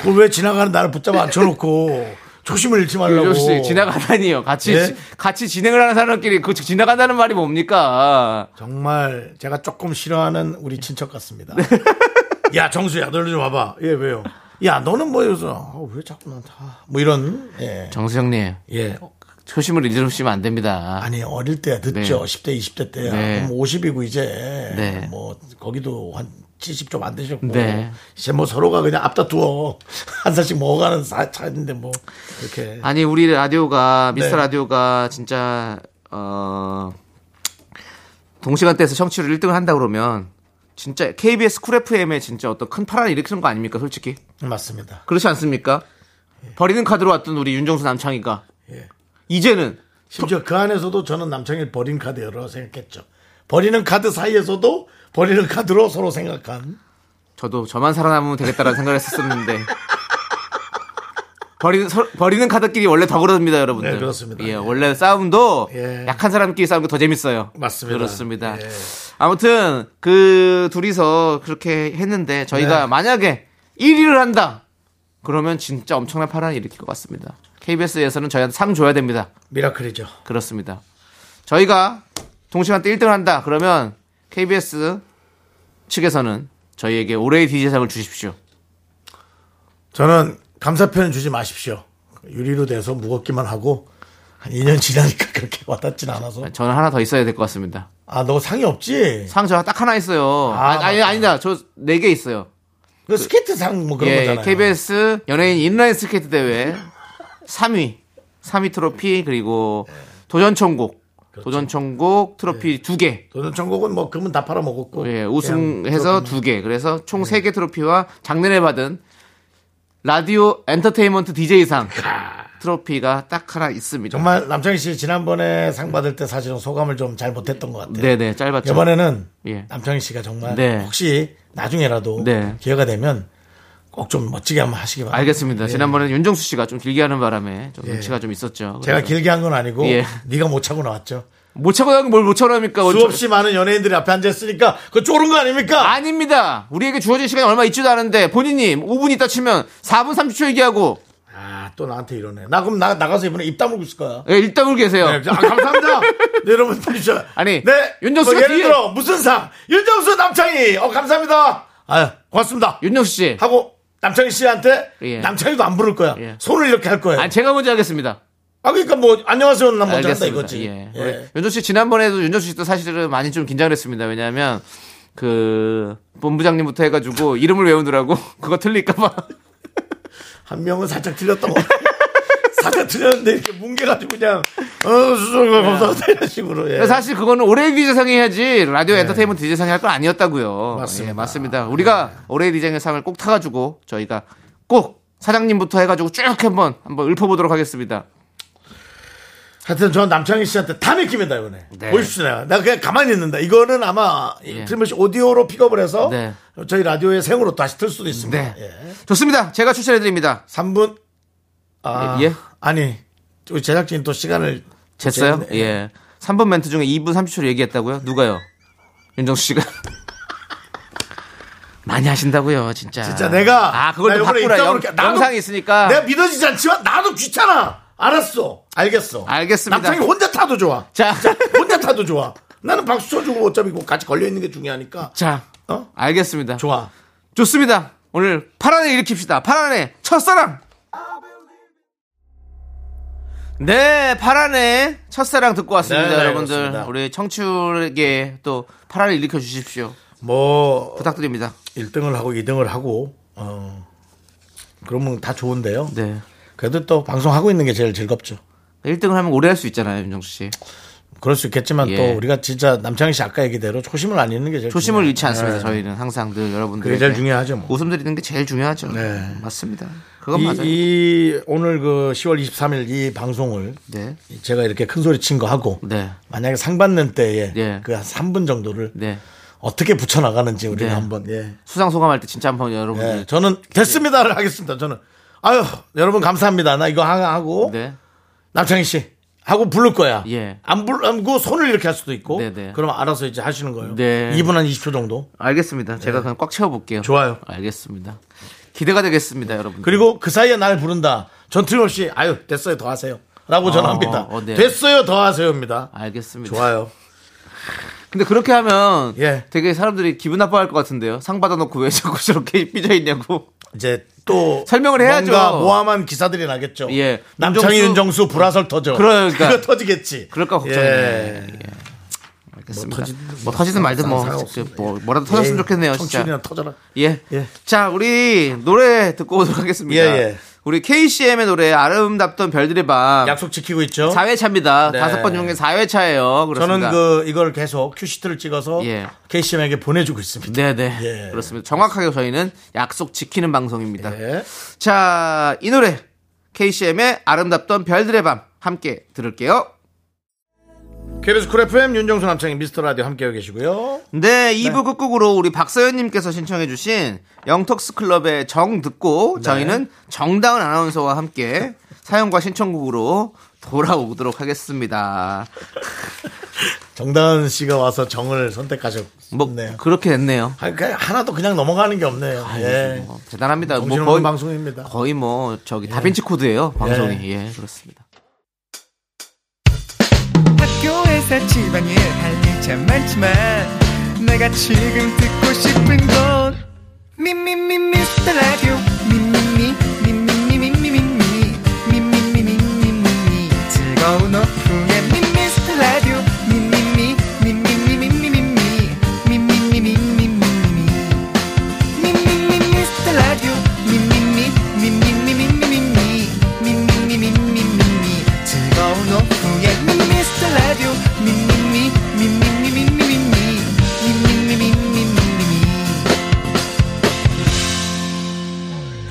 [SPEAKER 1] 그걸 왜 지나가는 나를 붙잡아 앉혀놓고 초심을 잃지 말라고.
[SPEAKER 2] 요조 씨 지나가다니요. 같이
[SPEAKER 1] 예?
[SPEAKER 2] 지- 같이 진행을 하는 사람끼리 그 지나간다는 말이 뭡니까?
[SPEAKER 1] 정말
[SPEAKER 2] 네. <laughs>
[SPEAKER 1] 제가 조금 싫어하는 우리 친척 같습니다. 야 정수야, 너좀 와봐. 예 왜요? 야 너는 뭐 여기서 아, 왜 자꾸 나한테 아, 뭐 이런 예.
[SPEAKER 2] 정수영님
[SPEAKER 1] 예.
[SPEAKER 2] 초심을 잃으시면 안 됩니다.
[SPEAKER 1] 아니 어릴 때야 듣죠.
[SPEAKER 2] 네.
[SPEAKER 1] 10대 20대 때야.
[SPEAKER 2] 네.
[SPEAKER 1] 그럼 50이고 이제
[SPEAKER 2] 네.
[SPEAKER 1] 뭐 거기도 한 70 좀 안 되셨고
[SPEAKER 2] 네.
[SPEAKER 1] 이제 뭐 서로가 그냥 앞다 두어 <laughs> 한 살씩 먹어가는 사- 차인데 뭐 이렇게
[SPEAKER 2] 아니 우리 라디오가 미스터
[SPEAKER 1] 네.
[SPEAKER 2] 라디오가 진짜 어 동시간대에서 청취율 1등을 한다 그러면 진짜 KBS 쿨 FM에 진짜 어떤 큰 파란을 일으키는 거 아닙니까 솔직히
[SPEAKER 1] 맞습니다.
[SPEAKER 2] 그렇지 않습니까? 버리는 카드로 왔던 우리 윤정수 남창희가
[SPEAKER 1] 예.
[SPEAKER 2] 이제는
[SPEAKER 1] 심지어 그 안에서도 저는 남창일 버린 카드로 생각했죠. 버리는 카드 사이에서도 버리는 카드로 서로 생각한
[SPEAKER 2] 저도 저만 살아남으면 되겠다라는 생각을 했었는데 버리는 서- 버리는 카드끼리 원래 더 그렇습니다, 여러분들.
[SPEAKER 1] 네, 그렇습니다.
[SPEAKER 2] 예,
[SPEAKER 1] 예.
[SPEAKER 2] 원래 싸움도
[SPEAKER 1] 예.
[SPEAKER 2] 약한 사람끼리 싸우는 게 더 재밌어요.
[SPEAKER 1] 맞습니다.
[SPEAKER 2] 그렇습니다.
[SPEAKER 1] 예.
[SPEAKER 2] 아무튼 그 둘이서 그렇게 했는데 저희가
[SPEAKER 1] 네.
[SPEAKER 2] 만약에 1위를 한다 그러면 진짜 엄청난 파란을 일으킬 것 같습니다. KBS에서는 저희한테 상 줘야 됩니다.
[SPEAKER 1] 미라클이죠.
[SPEAKER 2] 그렇습니다. 저희가 동시간대 1등을 한다. 그러면 KBS 측에서는 저희에게 올해의 DJ상을 주십시오.
[SPEAKER 1] 저는 감사표현 주지 마십시오. 유리로 돼서 무겁기만 하고 한 2년 지나니까 <laughs> 그렇게 와닿진 않아서
[SPEAKER 2] 저는 하나 더 있어야 될 것 같습니다.
[SPEAKER 1] 아 너 상이 없지?
[SPEAKER 2] 상 저 딱 하나 있어요.
[SPEAKER 1] 아,
[SPEAKER 2] 아, 니
[SPEAKER 1] 맞다.
[SPEAKER 2] 아니다. 저 네 개 있어요.
[SPEAKER 1] 그 스케이트 상 뭐 그런
[SPEAKER 2] 예,
[SPEAKER 1] 거잖아요.
[SPEAKER 2] KBS 연예인 인라인 스케이트 대회 3위, 3위 트로피 그리고 도전천국,
[SPEAKER 1] 그렇죠.
[SPEAKER 2] 도전천국 트로피
[SPEAKER 1] 네.
[SPEAKER 2] 두 개.
[SPEAKER 1] 도전 천국은 뭐 금은 다 팔아먹었고
[SPEAKER 2] 예,
[SPEAKER 1] 그냥 예.
[SPEAKER 2] 우승해서
[SPEAKER 1] 그렇구만.
[SPEAKER 2] 두 개. 그래서 총 세 개 트로피와 작년에 받은 라디오 엔터테인먼트 DJ상 트로피가 딱 하나 있습니다.
[SPEAKER 1] 정말 남창희 씨 지난번에 상 받을 때 사실은 소감을 좀 잘 못했던 것 같아요.
[SPEAKER 2] 네네, 짧았죠.
[SPEAKER 1] 이번에는
[SPEAKER 2] 예.
[SPEAKER 1] 남창희 씨가 정말
[SPEAKER 2] 네.
[SPEAKER 1] 혹시 나중에라도
[SPEAKER 2] 네.
[SPEAKER 1] 기회가 되면 꼭 좀 멋지게 한번 하시기 바랍니다.
[SPEAKER 2] 알겠습니다. 지난번에 윤정수 씨가 좀 길게 하는 바람에 좀 눈치가 좀 있었죠.
[SPEAKER 1] 예. 제가
[SPEAKER 2] 그래서
[SPEAKER 1] 길게 한 건 아니고
[SPEAKER 2] 예. 어,
[SPEAKER 1] 네가 못 차고 나왔죠.
[SPEAKER 2] 못 차고 나면 뭘못 차고 합니까?
[SPEAKER 1] 수없이 많은 연예인들이 앞에 앉아 있으니까 그거 쫄은 거 아닙니까?
[SPEAKER 2] 아닙니다. 우리에게 주어진 시간이 얼마 있지도 않은데 본인이 5분 있다 치면 4분 30초 얘기하고
[SPEAKER 1] 아, 또 나한테 이러네. 나 그럼 나, 나가서 이번에 입 다물고 있을 거야.
[SPEAKER 2] 예, 일단 울 계세요.
[SPEAKER 1] 네, 아,
[SPEAKER 2] <laughs>
[SPEAKER 1] 감사합니다. 네, 여러분, 보십시오.
[SPEAKER 2] 아니,
[SPEAKER 1] 네.
[SPEAKER 2] 윤정수가
[SPEAKER 1] 뭐 예를
[SPEAKER 2] 뒤에-
[SPEAKER 1] 들어, 무슨 상? 윤정수 남창희. 어, 감사합니다. 아유, 고맙습니다.
[SPEAKER 2] 윤정수 씨.
[SPEAKER 1] 하고, 남창희 씨한테
[SPEAKER 2] 예.
[SPEAKER 1] 남창희도 안 부를 거야.
[SPEAKER 2] 예.
[SPEAKER 1] 손을 이렇게 할 거예요.
[SPEAKER 2] 아, 제가 먼저 하겠습니다.
[SPEAKER 1] 아, 그러니까 뭐, 안녕하세요. 난 먼저 한다
[SPEAKER 2] 알겠습니다.
[SPEAKER 1] 이거지.
[SPEAKER 2] 예.
[SPEAKER 1] 예.
[SPEAKER 2] 우리 윤정수 씨 지난번에도 윤정수 씨도 사실은 많이 좀 긴장을 했습니다. 왜냐하면 그 본부장님부터 해가지고 이름을 외우느라고 <laughs> 그거 틀릴까봐
[SPEAKER 1] 한 명은 살짝 틀렸던 거. <laughs> 살짝 틀렸는데 이렇게 뭉개가지고 그냥, 어, 수술과 감사합니다. 이런 식으로. 예.
[SPEAKER 2] 예. 사실 그거는 올해의 디제상이 해야지 라디오 엔터테인먼트 디제상이 할 건 아니었다고요.
[SPEAKER 1] 맞습니다.
[SPEAKER 2] 예, 맞습니다. 우리가 올해의 디제상을 꼭 타가지고 저희가 꼭 사장님부터 해가지고 쭉 한번 한번 읊어보도록 하겠습니다.
[SPEAKER 1] 하여튼 전 남창희 씨한테 다 맡깁니다 이번에
[SPEAKER 2] 네.
[SPEAKER 1] 보십시오 내가. 내가 그냥 가만히 있는다 이거는 아마
[SPEAKER 2] 예.
[SPEAKER 1] 틀림없이 오디오로 픽업을 해서
[SPEAKER 2] 네.
[SPEAKER 1] 저희 라디오에 생으로 다시 틀 수도
[SPEAKER 2] 네,
[SPEAKER 1] 있습니다 예.
[SPEAKER 2] 좋습니다. 제가 추천해드립니다.
[SPEAKER 1] 3분 아,
[SPEAKER 2] 예?
[SPEAKER 1] 아니 우리 제작진 또 시간을
[SPEAKER 2] 쟀어요?
[SPEAKER 1] 쟀네.
[SPEAKER 2] 예. 3번 멘트 중에 2분 30초로 얘기했다고요? 누가요? 윤정수 씨가. <laughs> 많이 하신다고요, 진짜.
[SPEAKER 1] 진짜 내가
[SPEAKER 2] 아, 그걸
[SPEAKER 1] 나
[SPEAKER 2] 또
[SPEAKER 1] 요번에
[SPEAKER 2] 바꾸라.
[SPEAKER 1] 입장으로
[SPEAKER 2] 영,
[SPEAKER 1] 이렇게 나도-
[SPEAKER 2] 상이 있으니까.
[SPEAKER 1] 내가 믿어지지 않지만 나도 귀찮아 알았어 알겠어
[SPEAKER 2] 알겠습니다.
[SPEAKER 1] 남창희 혼자 타도 좋아
[SPEAKER 2] 자.
[SPEAKER 1] 혼자 타도 좋아 나는 박수 쳐주고 어차피 그거 같이 걸려있는 게 중요하니까
[SPEAKER 2] <laughs> 자.
[SPEAKER 1] 어?
[SPEAKER 2] 알겠습니다.
[SPEAKER 1] 좋아
[SPEAKER 2] 좋습니다. 오늘 파란을 일으킵시다. 파란의 첫사랑. 네, 파란의 첫사랑 듣고 왔습니다,
[SPEAKER 1] 네, 네,
[SPEAKER 2] 여러분들.
[SPEAKER 1] 그렇습니다.
[SPEAKER 2] 우리 청취율에게 또 파란을 일으켜 주십시오.
[SPEAKER 1] 뭐
[SPEAKER 2] 부탁드립니다.
[SPEAKER 1] 1등을 하고 2등을 하고 어 그러면 다 좋은데요.
[SPEAKER 2] 네.
[SPEAKER 1] 그래도 또 방송하고 있는 게 제일 즐겁죠.
[SPEAKER 2] 1등을 하면 오래 할 수 있잖아요, 윤정수 씨.
[SPEAKER 1] 그렇죠. 그럴 수 있겠지만
[SPEAKER 2] 예.
[SPEAKER 1] 또 우리가 진짜 남창희 씨 아까 얘기대로 초심을 안 잃는 게 제일
[SPEAKER 2] 초심을
[SPEAKER 1] 중요해요.
[SPEAKER 2] 잃지 않습니다.
[SPEAKER 1] 네.
[SPEAKER 2] 저희는 항상 늘 여러분들
[SPEAKER 1] 그게 제일 중요하죠, 뭐.
[SPEAKER 2] 웃음 드리는 게 제일 중요하죠.
[SPEAKER 1] 네.
[SPEAKER 2] 맞습니다. 그건
[SPEAKER 1] 이,
[SPEAKER 2] 맞아요.
[SPEAKER 1] 이 오늘 그 10월 23일 이 방송을
[SPEAKER 2] 네.
[SPEAKER 1] 제가 이렇게 큰 소리 친 거 하고
[SPEAKER 2] 네.
[SPEAKER 1] 만약에 상 받는 때에
[SPEAKER 2] 예.
[SPEAKER 1] 그 한 3분 정도를
[SPEAKER 2] 네.
[SPEAKER 1] 어떻게 붙여 나가는지 우리가
[SPEAKER 2] 네.
[SPEAKER 1] 한번 예.
[SPEAKER 2] 수상 소감할 때 진짜 한번 여러분들
[SPEAKER 1] 예. 저는 됐습니다를 하겠습니다. 저는 아유 여러분 감사합니다. 나 이거 하- 하고
[SPEAKER 2] 네.
[SPEAKER 1] 남창희 씨 하고 부를 거야.
[SPEAKER 2] 예.
[SPEAKER 1] 안 부르고 손을 이렇게 할 수도 있고.
[SPEAKER 2] 네네.
[SPEAKER 1] 그럼 알아서 이제 하시는 거예요.
[SPEAKER 2] 네.
[SPEAKER 1] 2분 한 20초 정도.
[SPEAKER 2] 알겠습니다. 제가 그냥 꽉 채워 볼게요.
[SPEAKER 1] 네. 좋아요.
[SPEAKER 2] 알겠습니다. 기대가 되겠습니다, 여러분.
[SPEAKER 1] 그리고 그 사이에 날 부른다. 전 틀림없이 아유 됐어요 더 하세요. 라고 전합니다.
[SPEAKER 2] 어, 네.
[SPEAKER 1] 됐어요 더 하세요입니다.
[SPEAKER 2] 알겠습니다.
[SPEAKER 1] 좋아요.
[SPEAKER 2] 근데 그렇게 하면
[SPEAKER 1] 예. 뭐
[SPEAKER 2] 되게 사람들이 기분 나빠할 것 같은데요. 상 받아놓고 왜 자꾸 저렇게 <laughs> 삐져 있냐고.
[SPEAKER 1] 이제 또
[SPEAKER 2] 설명을 해야죠.
[SPEAKER 1] 뭔가 모함한 기사들이 나겠죠.
[SPEAKER 2] 예.
[SPEAKER 1] 남창희
[SPEAKER 2] 윤정수.
[SPEAKER 1] 윤정수 불화설 터져.
[SPEAKER 2] 그러니까.
[SPEAKER 1] 그거 <laughs> 터지겠지.
[SPEAKER 2] 그럴까 걱정이네.
[SPEAKER 1] 예.
[SPEAKER 2] 예.
[SPEAKER 1] 뭐
[SPEAKER 2] 알겠습니다. 뭐,
[SPEAKER 1] 터지든
[SPEAKER 2] 터지든 말든 뭐,
[SPEAKER 1] 상관없어요. 예.
[SPEAKER 2] 뭐 뭐라도 터졌으면 좋겠네요. 진짜.
[SPEAKER 1] 청춘이나 터져라.
[SPEAKER 2] 예.
[SPEAKER 1] 예.
[SPEAKER 2] 자, 우리 노래 듣고 오도록 하겠습니다.
[SPEAKER 1] 예, 예.
[SPEAKER 2] 우리 KCM의 노래 아름답던 별들의 밤.
[SPEAKER 1] 약속 지키고 있죠.
[SPEAKER 2] 4회차입니다.
[SPEAKER 1] 네.
[SPEAKER 2] 다섯 번 중에 4회차예요. 그렇습니다.
[SPEAKER 1] 저는 그 이걸 계속 큐시트를 찍어서
[SPEAKER 2] 예.
[SPEAKER 1] KCM에게 보내주고 있습니다.
[SPEAKER 2] 네, 네.
[SPEAKER 1] 예.
[SPEAKER 2] 그렇습니다. 정확하게 저희는 약속 지키는 방송입니다.
[SPEAKER 1] 예.
[SPEAKER 2] 자, 이 노래 KCM의 아름답던 별들의 밤 함께 들을게요.
[SPEAKER 1] KBS 쿨 FM 윤정수 남창희 미스터 라디오 함께하고 계시고요.
[SPEAKER 2] 네, 2부 끝곡으로 우리 박서연님께서 신청해주신 영턱스 클럽의 정 듣고
[SPEAKER 1] 네.
[SPEAKER 2] 저희는 정다은 아나운서와 함께 사연과 신청곡으로 돌아오도록 하겠습니다.
[SPEAKER 1] 정다은 씨가 와서 정을
[SPEAKER 2] 뭐
[SPEAKER 1] 선택하셨네요.
[SPEAKER 2] 그렇게 됐네요.
[SPEAKER 1] 아, 그러니까 하나도 그냥 넘어가는 게 없네요. 예.
[SPEAKER 2] 뭐 대단합니다. 뭐
[SPEAKER 1] 정신없는
[SPEAKER 2] 거의
[SPEAKER 1] 방송입니다.
[SPEAKER 2] 거의 뭐 저기 다빈치 코드예요 방송이 예 그렇습니다.
[SPEAKER 5] 학교에서 집안일 할 일 참 많지만 내가 지금 듣고 싶은 건 미미미 미스터 라디오 미미미 미미미 미미미 미미미 미미미 즐거운 오후에 미스터 라디오 미미미 미미미 미미미 미미미 미미미 미미미 미스터 라디오 미미미 미미미 미미미 미미미 미미미 즐거운 오후에 미스터 라디오 미미미 미미미 미미미 미미미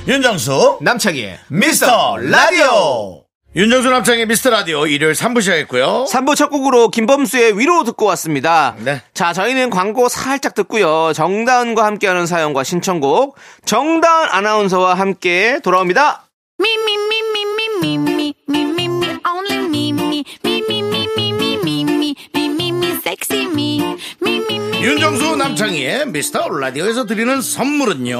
[SPEAKER 3] 윤정수
[SPEAKER 2] 남창희의
[SPEAKER 3] 미스터 라디오
[SPEAKER 1] 윤정수 남창희 미스터 라디오 일요일 3부 시작했고요.
[SPEAKER 2] 어? 3부 첫 곡으로 김범수의 위로 듣고 왔습니다.
[SPEAKER 1] 네.
[SPEAKER 2] 자, 저희는 광고 살짝 듣고요. 정다은과 함께하는 사연과 신청곡 정다은 아나운서와 함께 돌아옵니다.
[SPEAKER 4] Me, me, me, me, me, me, me, me, me, me, only me, me, me, me, me, me, me, me, me, me, me, me, sexy me, me, me, me.
[SPEAKER 1] 윤정수 남창희의 미스터 라디오에서 드리는 선물은요.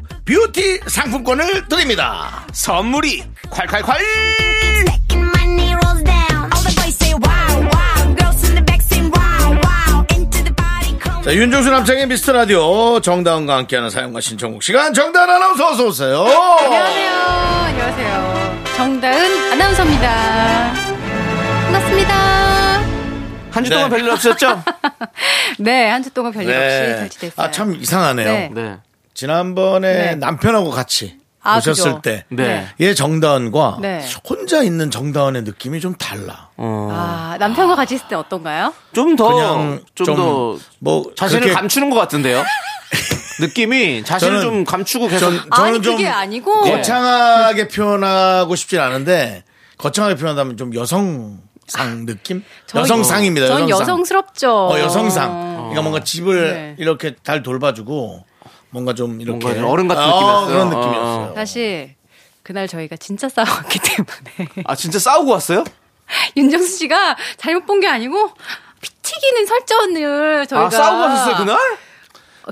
[SPEAKER 1] 뷰티 상품권을 드립니다.
[SPEAKER 2] 선물이 콸콸콸!
[SPEAKER 4] Second money rolls down. All the boys say wow, wow. Girls in the back say wow, wow. Into the party, come
[SPEAKER 1] 자, 네, 윤종수 남창의 미스터 라디오 정다은과 함께하는 사연과 신청곡 시간 정다은 아나운서 어서 오세요.
[SPEAKER 6] 안녕하세요. 안녕하세요. 정다은 아나운서입니다. 반갑습니다.
[SPEAKER 2] 한 주 동안 별일 없으셨죠?
[SPEAKER 6] 네, 한 주 동안 별일 없이 잘 지냈어요.
[SPEAKER 1] 아 참 이상하네요.
[SPEAKER 6] 네.
[SPEAKER 2] 네.
[SPEAKER 1] 지난번에
[SPEAKER 6] 네.
[SPEAKER 1] 남편하고 같이
[SPEAKER 6] 아,
[SPEAKER 1] 오셨을
[SPEAKER 6] 그죠.
[SPEAKER 1] 때,
[SPEAKER 2] 네.
[SPEAKER 1] 얘 정다은과
[SPEAKER 6] 네.
[SPEAKER 1] 혼자 있는 정다은의 느낌이 좀 달라.
[SPEAKER 2] 어.
[SPEAKER 6] 아, 남편과 같이 있을 때 어떤가요?
[SPEAKER 2] 좀 더
[SPEAKER 1] 그냥
[SPEAKER 2] 좀 더
[SPEAKER 1] 어. 뭐
[SPEAKER 2] 자신을
[SPEAKER 1] 그렇게
[SPEAKER 2] 감추는
[SPEAKER 1] <laughs>
[SPEAKER 2] 것 같은데요. 느낌이 자신을
[SPEAKER 1] 저는-
[SPEAKER 2] 좀 감추고 계속
[SPEAKER 1] 전-
[SPEAKER 6] 아니,
[SPEAKER 1] 저는 좀
[SPEAKER 6] 그게 아니고. 네.
[SPEAKER 1] 거창하게 표현하고 싶진 않은데 거창하게 표현하면 좀 여성상 느낌?
[SPEAKER 6] 아, 저희-
[SPEAKER 1] 여성상입니다.
[SPEAKER 6] 전
[SPEAKER 1] 여성상.
[SPEAKER 6] 여성스럽죠.
[SPEAKER 1] 어, 여성상. 그러니까 뭔가 집을
[SPEAKER 6] 네.
[SPEAKER 1] 이렇게 잘 돌봐주고 뭔가 좀 이렇게
[SPEAKER 2] 뭔가 좀 어른 같은
[SPEAKER 1] 어,
[SPEAKER 2] 느낌이었어요.
[SPEAKER 1] 그런
[SPEAKER 2] 어,
[SPEAKER 1] 느낌이었어요.
[SPEAKER 6] 사실 그날 저희가 진짜 싸웠기 때문에 <laughs>
[SPEAKER 2] 아 진짜 싸우고 왔어요?
[SPEAKER 6] 윤정수 씨가 잘못 본 게 아니고 튀기는 설전을 저희가 네,
[SPEAKER 2] 아 싸우고 왔었어요 그날?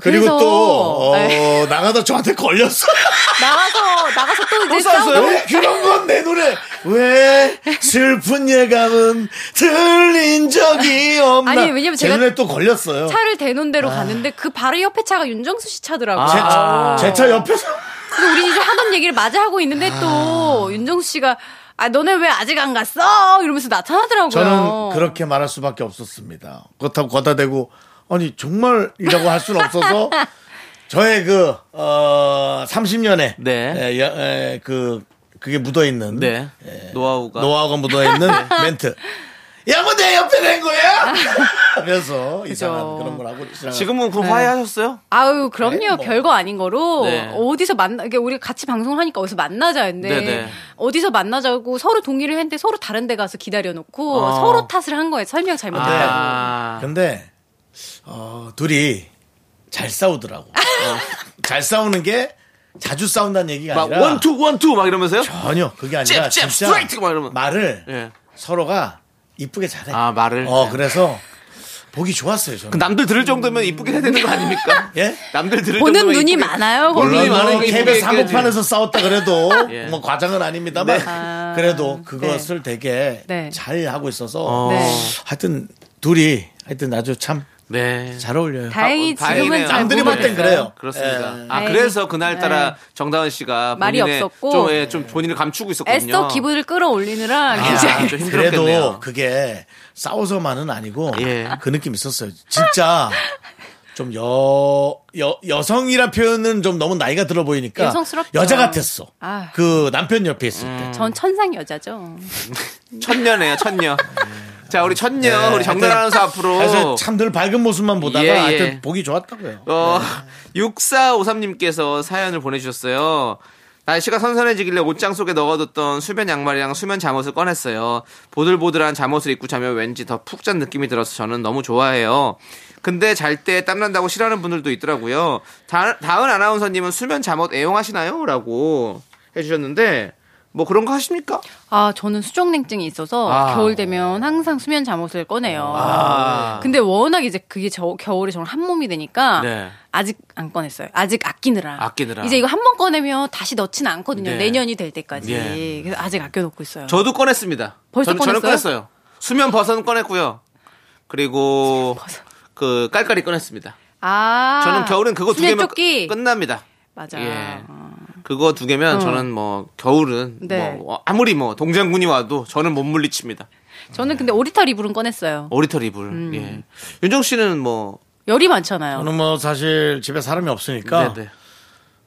[SPEAKER 1] 그리고
[SPEAKER 6] 그래서-
[SPEAKER 1] 또 어,
[SPEAKER 6] 네.
[SPEAKER 1] 나가다 저한테 걸렸어요.
[SPEAKER 6] 나와서 나가서 또 이제 싸우
[SPEAKER 2] 싸웠어요?
[SPEAKER 1] 왜 그런 건 내 노래 왜 슬픈 예감은 들린 적이 없나?
[SPEAKER 6] 아니, 왜냐면
[SPEAKER 1] 제
[SPEAKER 6] 제가
[SPEAKER 1] 눈에 또 걸렸어요.
[SPEAKER 6] 차를 대놓은
[SPEAKER 1] 아.
[SPEAKER 6] 대로 갔는데 그 바로 옆에 차가 윤정수 씨 차더라고요.
[SPEAKER 1] 제- 아. 제 차 옆에서
[SPEAKER 6] 그래서 우리 이제 하던 얘기를 마저 하고 있는데 또 윤정수 씨가 아 너네 왜 아직 안 갔어? 이러면서 나타나더라고요. 어.
[SPEAKER 1] 저는 그렇게 말할 수밖에 없었습니다. 그렇다고 거다 대고 아니 정말이라고 할 수는
[SPEAKER 6] <laughs>
[SPEAKER 1] 없어서 저의 그 어, 30년에 예,
[SPEAKER 2] 네.
[SPEAKER 1] 그 그게 묻어 있는 예,
[SPEAKER 2] 네. 노하우가
[SPEAKER 1] 노하우가 네. 묻어 있는 <laughs> 멘트. 야, 뭐 내 옆에 낸 <laughs> 거야? 그래서 이상한 그런 걸 하고 지나가.
[SPEAKER 2] 지금은
[SPEAKER 6] 네.
[SPEAKER 2] 그 화해하셨어요?
[SPEAKER 6] 아유 그럼요
[SPEAKER 1] 네, 뭐.
[SPEAKER 6] 별거 아닌 거로
[SPEAKER 2] 네.
[SPEAKER 6] 어디서 만나 이게 우리 같이 방송을 하니까 어디서 만나자 했는데
[SPEAKER 2] 네네.
[SPEAKER 6] 어디서 만나자고 서로 동의를 했는데 서로 다른 데 가서 기다려놓고
[SPEAKER 2] 어.
[SPEAKER 6] 서로 탓을 한 거예요
[SPEAKER 1] 네.
[SPEAKER 6] 설명 잘못했다고.
[SPEAKER 2] 아,
[SPEAKER 1] 근데
[SPEAKER 2] <laughs>
[SPEAKER 1] 어, 둘이 잘 싸우더라고. 어, 잘 싸우는 게 자주 싸운다는 얘기가
[SPEAKER 2] 막
[SPEAKER 1] 아니라
[SPEAKER 2] 원투 원투 막 이러면서요?
[SPEAKER 1] 전혀 그게 아니라
[SPEAKER 2] 잽, 잽,
[SPEAKER 1] 진짜
[SPEAKER 2] 스트라이크 막 이러면.
[SPEAKER 1] 말을
[SPEAKER 2] 예.
[SPEAKER 1] 서로가 이쁘게 잘해.
[SPEAKER 2] 아 말을.
[SPEAKER 1] 어 그래서 보기 좋았어요 저는.
[SPEAKER 2] 그 남들 들을 정도면 이쁘게 해야 되는 거
[SPEAKER 1] <laughs>
[SPEAKER 2] 아닙니까?
[SPEAKER 1] 예?
[SPEAKER 2] 남들 들을
[SPEAKER 6] 보는
[SPEAKER 2] 정도면
[SPEAKER 6] 눈이
[SPEAKER 2] 이쁘게-
[SPEAKER 6] 많아요.
[SPEAKER 2] 물론
[SPEAKER 6] 거기.
[SPEAKER 2] 눈이 많아요.
[SPEAKER 1] 물론
[SPEAKER 2] 이게
[SPEAKER 1] KBS
[SPEAKER 2] 이게
[SPEAKER 1] 한복판에서 싸웠다 그래도
[SPEAKER 2] <laughs> 예.
[SPEAKER 1] 뭐 과장은 아닙니다만
[SPEAKER 2] 네.
[SPEAKER 6] 아,
[SPEAKER 1] 그래도 그것을 되게
[SPEAKER 6] 네.
[SPEAKER 1] 잘 하고 있어서
[SPEAKER 2] 어.
[SPEAKER 6] 네.
[SPEAKER 1] 하여튼 둘이 하여튼 아주 참 잘
[SPEAKER 2] 네.
[SPEAKER 1] 어울려요.
[SPEAKER 6] 다행히
[SPEAKER 2] 아,
[SPEAKER 6] 지금은
[SPEAKER 2] 다행이네요.
[SPEAKER 6] 잘
[SPEAKER 1] 남들이
[SPEAKER 6] 모르-
[SPEAKER 1] 볼 땐 그래요.
[SPEAKER 2] 그렇습니다.
[SPEAKER 1] 예.
[SPEAKER 2] 아
[SPEAKER 6] 다행히. 네.
[SPEAKER 2] 그래서 그날 따라 정다은 씨가
[SPEAKER 6] 말이
[SPEAKER 2] 본인의
[SPEAKER 6] 없었고.
[SPEAKER 2] 좀, 예, 좀 본인을 감추고 있었거든요.
[SPEAKER 6] 애써 기분을 끌어올리느라
[SPEAKER 2] 아,
[SPEAKER 6] 굉장히
[SPEAKER 2] 좀 힘들었겠네요.
[SPEAKER 1] 그래도 그게 싸워서만은 아니고
[SPEAKER 2] 예.
[SPEAKER 1] 그 느낌 있었어요. 진짜 좀 여, 여, 여성이란 표현은 좀 너무 나이가 들어 보이니까
[SPEAKER 6] 여성스럽죠.
[SPEAKER 1] 여자 같았어.
[SPEAKER 6] 아.
[SPEAKER 1] 그 남편 옆에 있을 때.
[SPEAKER 2] 음.
[SPEAKER 6] 전 천상 여자죠.
[SPEAKER 2] 천녀네요, 천녀. 자, 우리 천녀, 우리
[SPEAKER 1] 하여튼
[SPEAKER 2] 정단 네. 아나운서 앞으로.
[SPEAKER 1] 그래서 참 늘 밝은 모습만 보다가
[SPEAKER 2] 예, 예.
[SPEAKER 1] 하여튼 보기 좋았다고요.
[SPEAKER 2] 어, 6453님께서 사연을 보내주셨어요. 날씨가 선선해지길래 옷장 속에 넣어뒀던 수면 양말이랑 수면 잠옷을 꺼냈어요. 보들보들한 잠옷을 입고 자면 왠지 더 푹 잔 느낌이 들어서 저는 너무 좋아해요. 근데 잘 때 땀난다고 싫어하는 분들도 있더라고요. 다, 다은 아나운서님은 수면 잠옷 애용하시나요? 라고 해주셨는데, 뭐 그런 거 하십니까?
[SPEAKER 6] 아, 저는 수족냉증이 있어서
[SPEAKER 2] 아.
[SPEAKER 6] 겨울 되면 항상 수면 잠옷을 꺼내요.
[SPEAKER 2] 아.
[SPEAKER 6] 근데 워낙 이제 그게 저, 겨울에 정말 한 몸이 되니까
[SPEAKER 2] 네.
[SPEAKER 6] 아직 안 꺼냈어요. 아직 아끼느라.
[SPEAKER 2] 아끼느라.
[SPEAKER 6] 이제 이거 한 번 꺼내면 다시 넣진 않거든요.
[SPEAKER 2] 네.
[SPEAKER 6] 내년이 될 때까지.
[SPEAKER 2] 예.
[SPEAKER 6] 그래서 아직 아껴놓고 있어요.
[SPEAKER 2] 저도 꺼냈습니다.
[SPEAKER 6] 벌써
[SPEAKER 2] 저는, 저는
[SPEAKER 6] 꺼냈어요?
[SPEAKER 2] 꺼냈어요. 수면 버섯은 꺼냈고요. 그리고 그 깔깔이 꺼냈습니다.
[SPEAKER 6] 아.
[SPEAKER 2] 저는 겨울엔 그거 두
[SPEAKER 6] 수면
[SPEAKER 2] 개면
[SPEAKER 6] 조끼.
[SPEAKER 2] 끝- 끝납니다.
[SPEAKER 6] 맞아.
[SPEAKER 2] 예. 그거 두 개면 저는 뭐 겨울은
[SPEAKER 6] 어. 네.
[SPEAKER 2] 뭐 아무리 뭐 동장군이 와도 저는 못 물리칩니다.
[SPEAKER 6] 저는 근데 오리털 이불은 꺼냈어요.
[SPEAKER 2] 오리털 이불.
[SPEAKER 6] 음.
[SPEAKER 2] 예. 윤정 씨는 뭐
[SPEAKER 6] 열이 많잖아요.
[SPEAKER 1] 저는 뭐 사실 집에 사람이 없으니까
[SPEAKER 2] 네,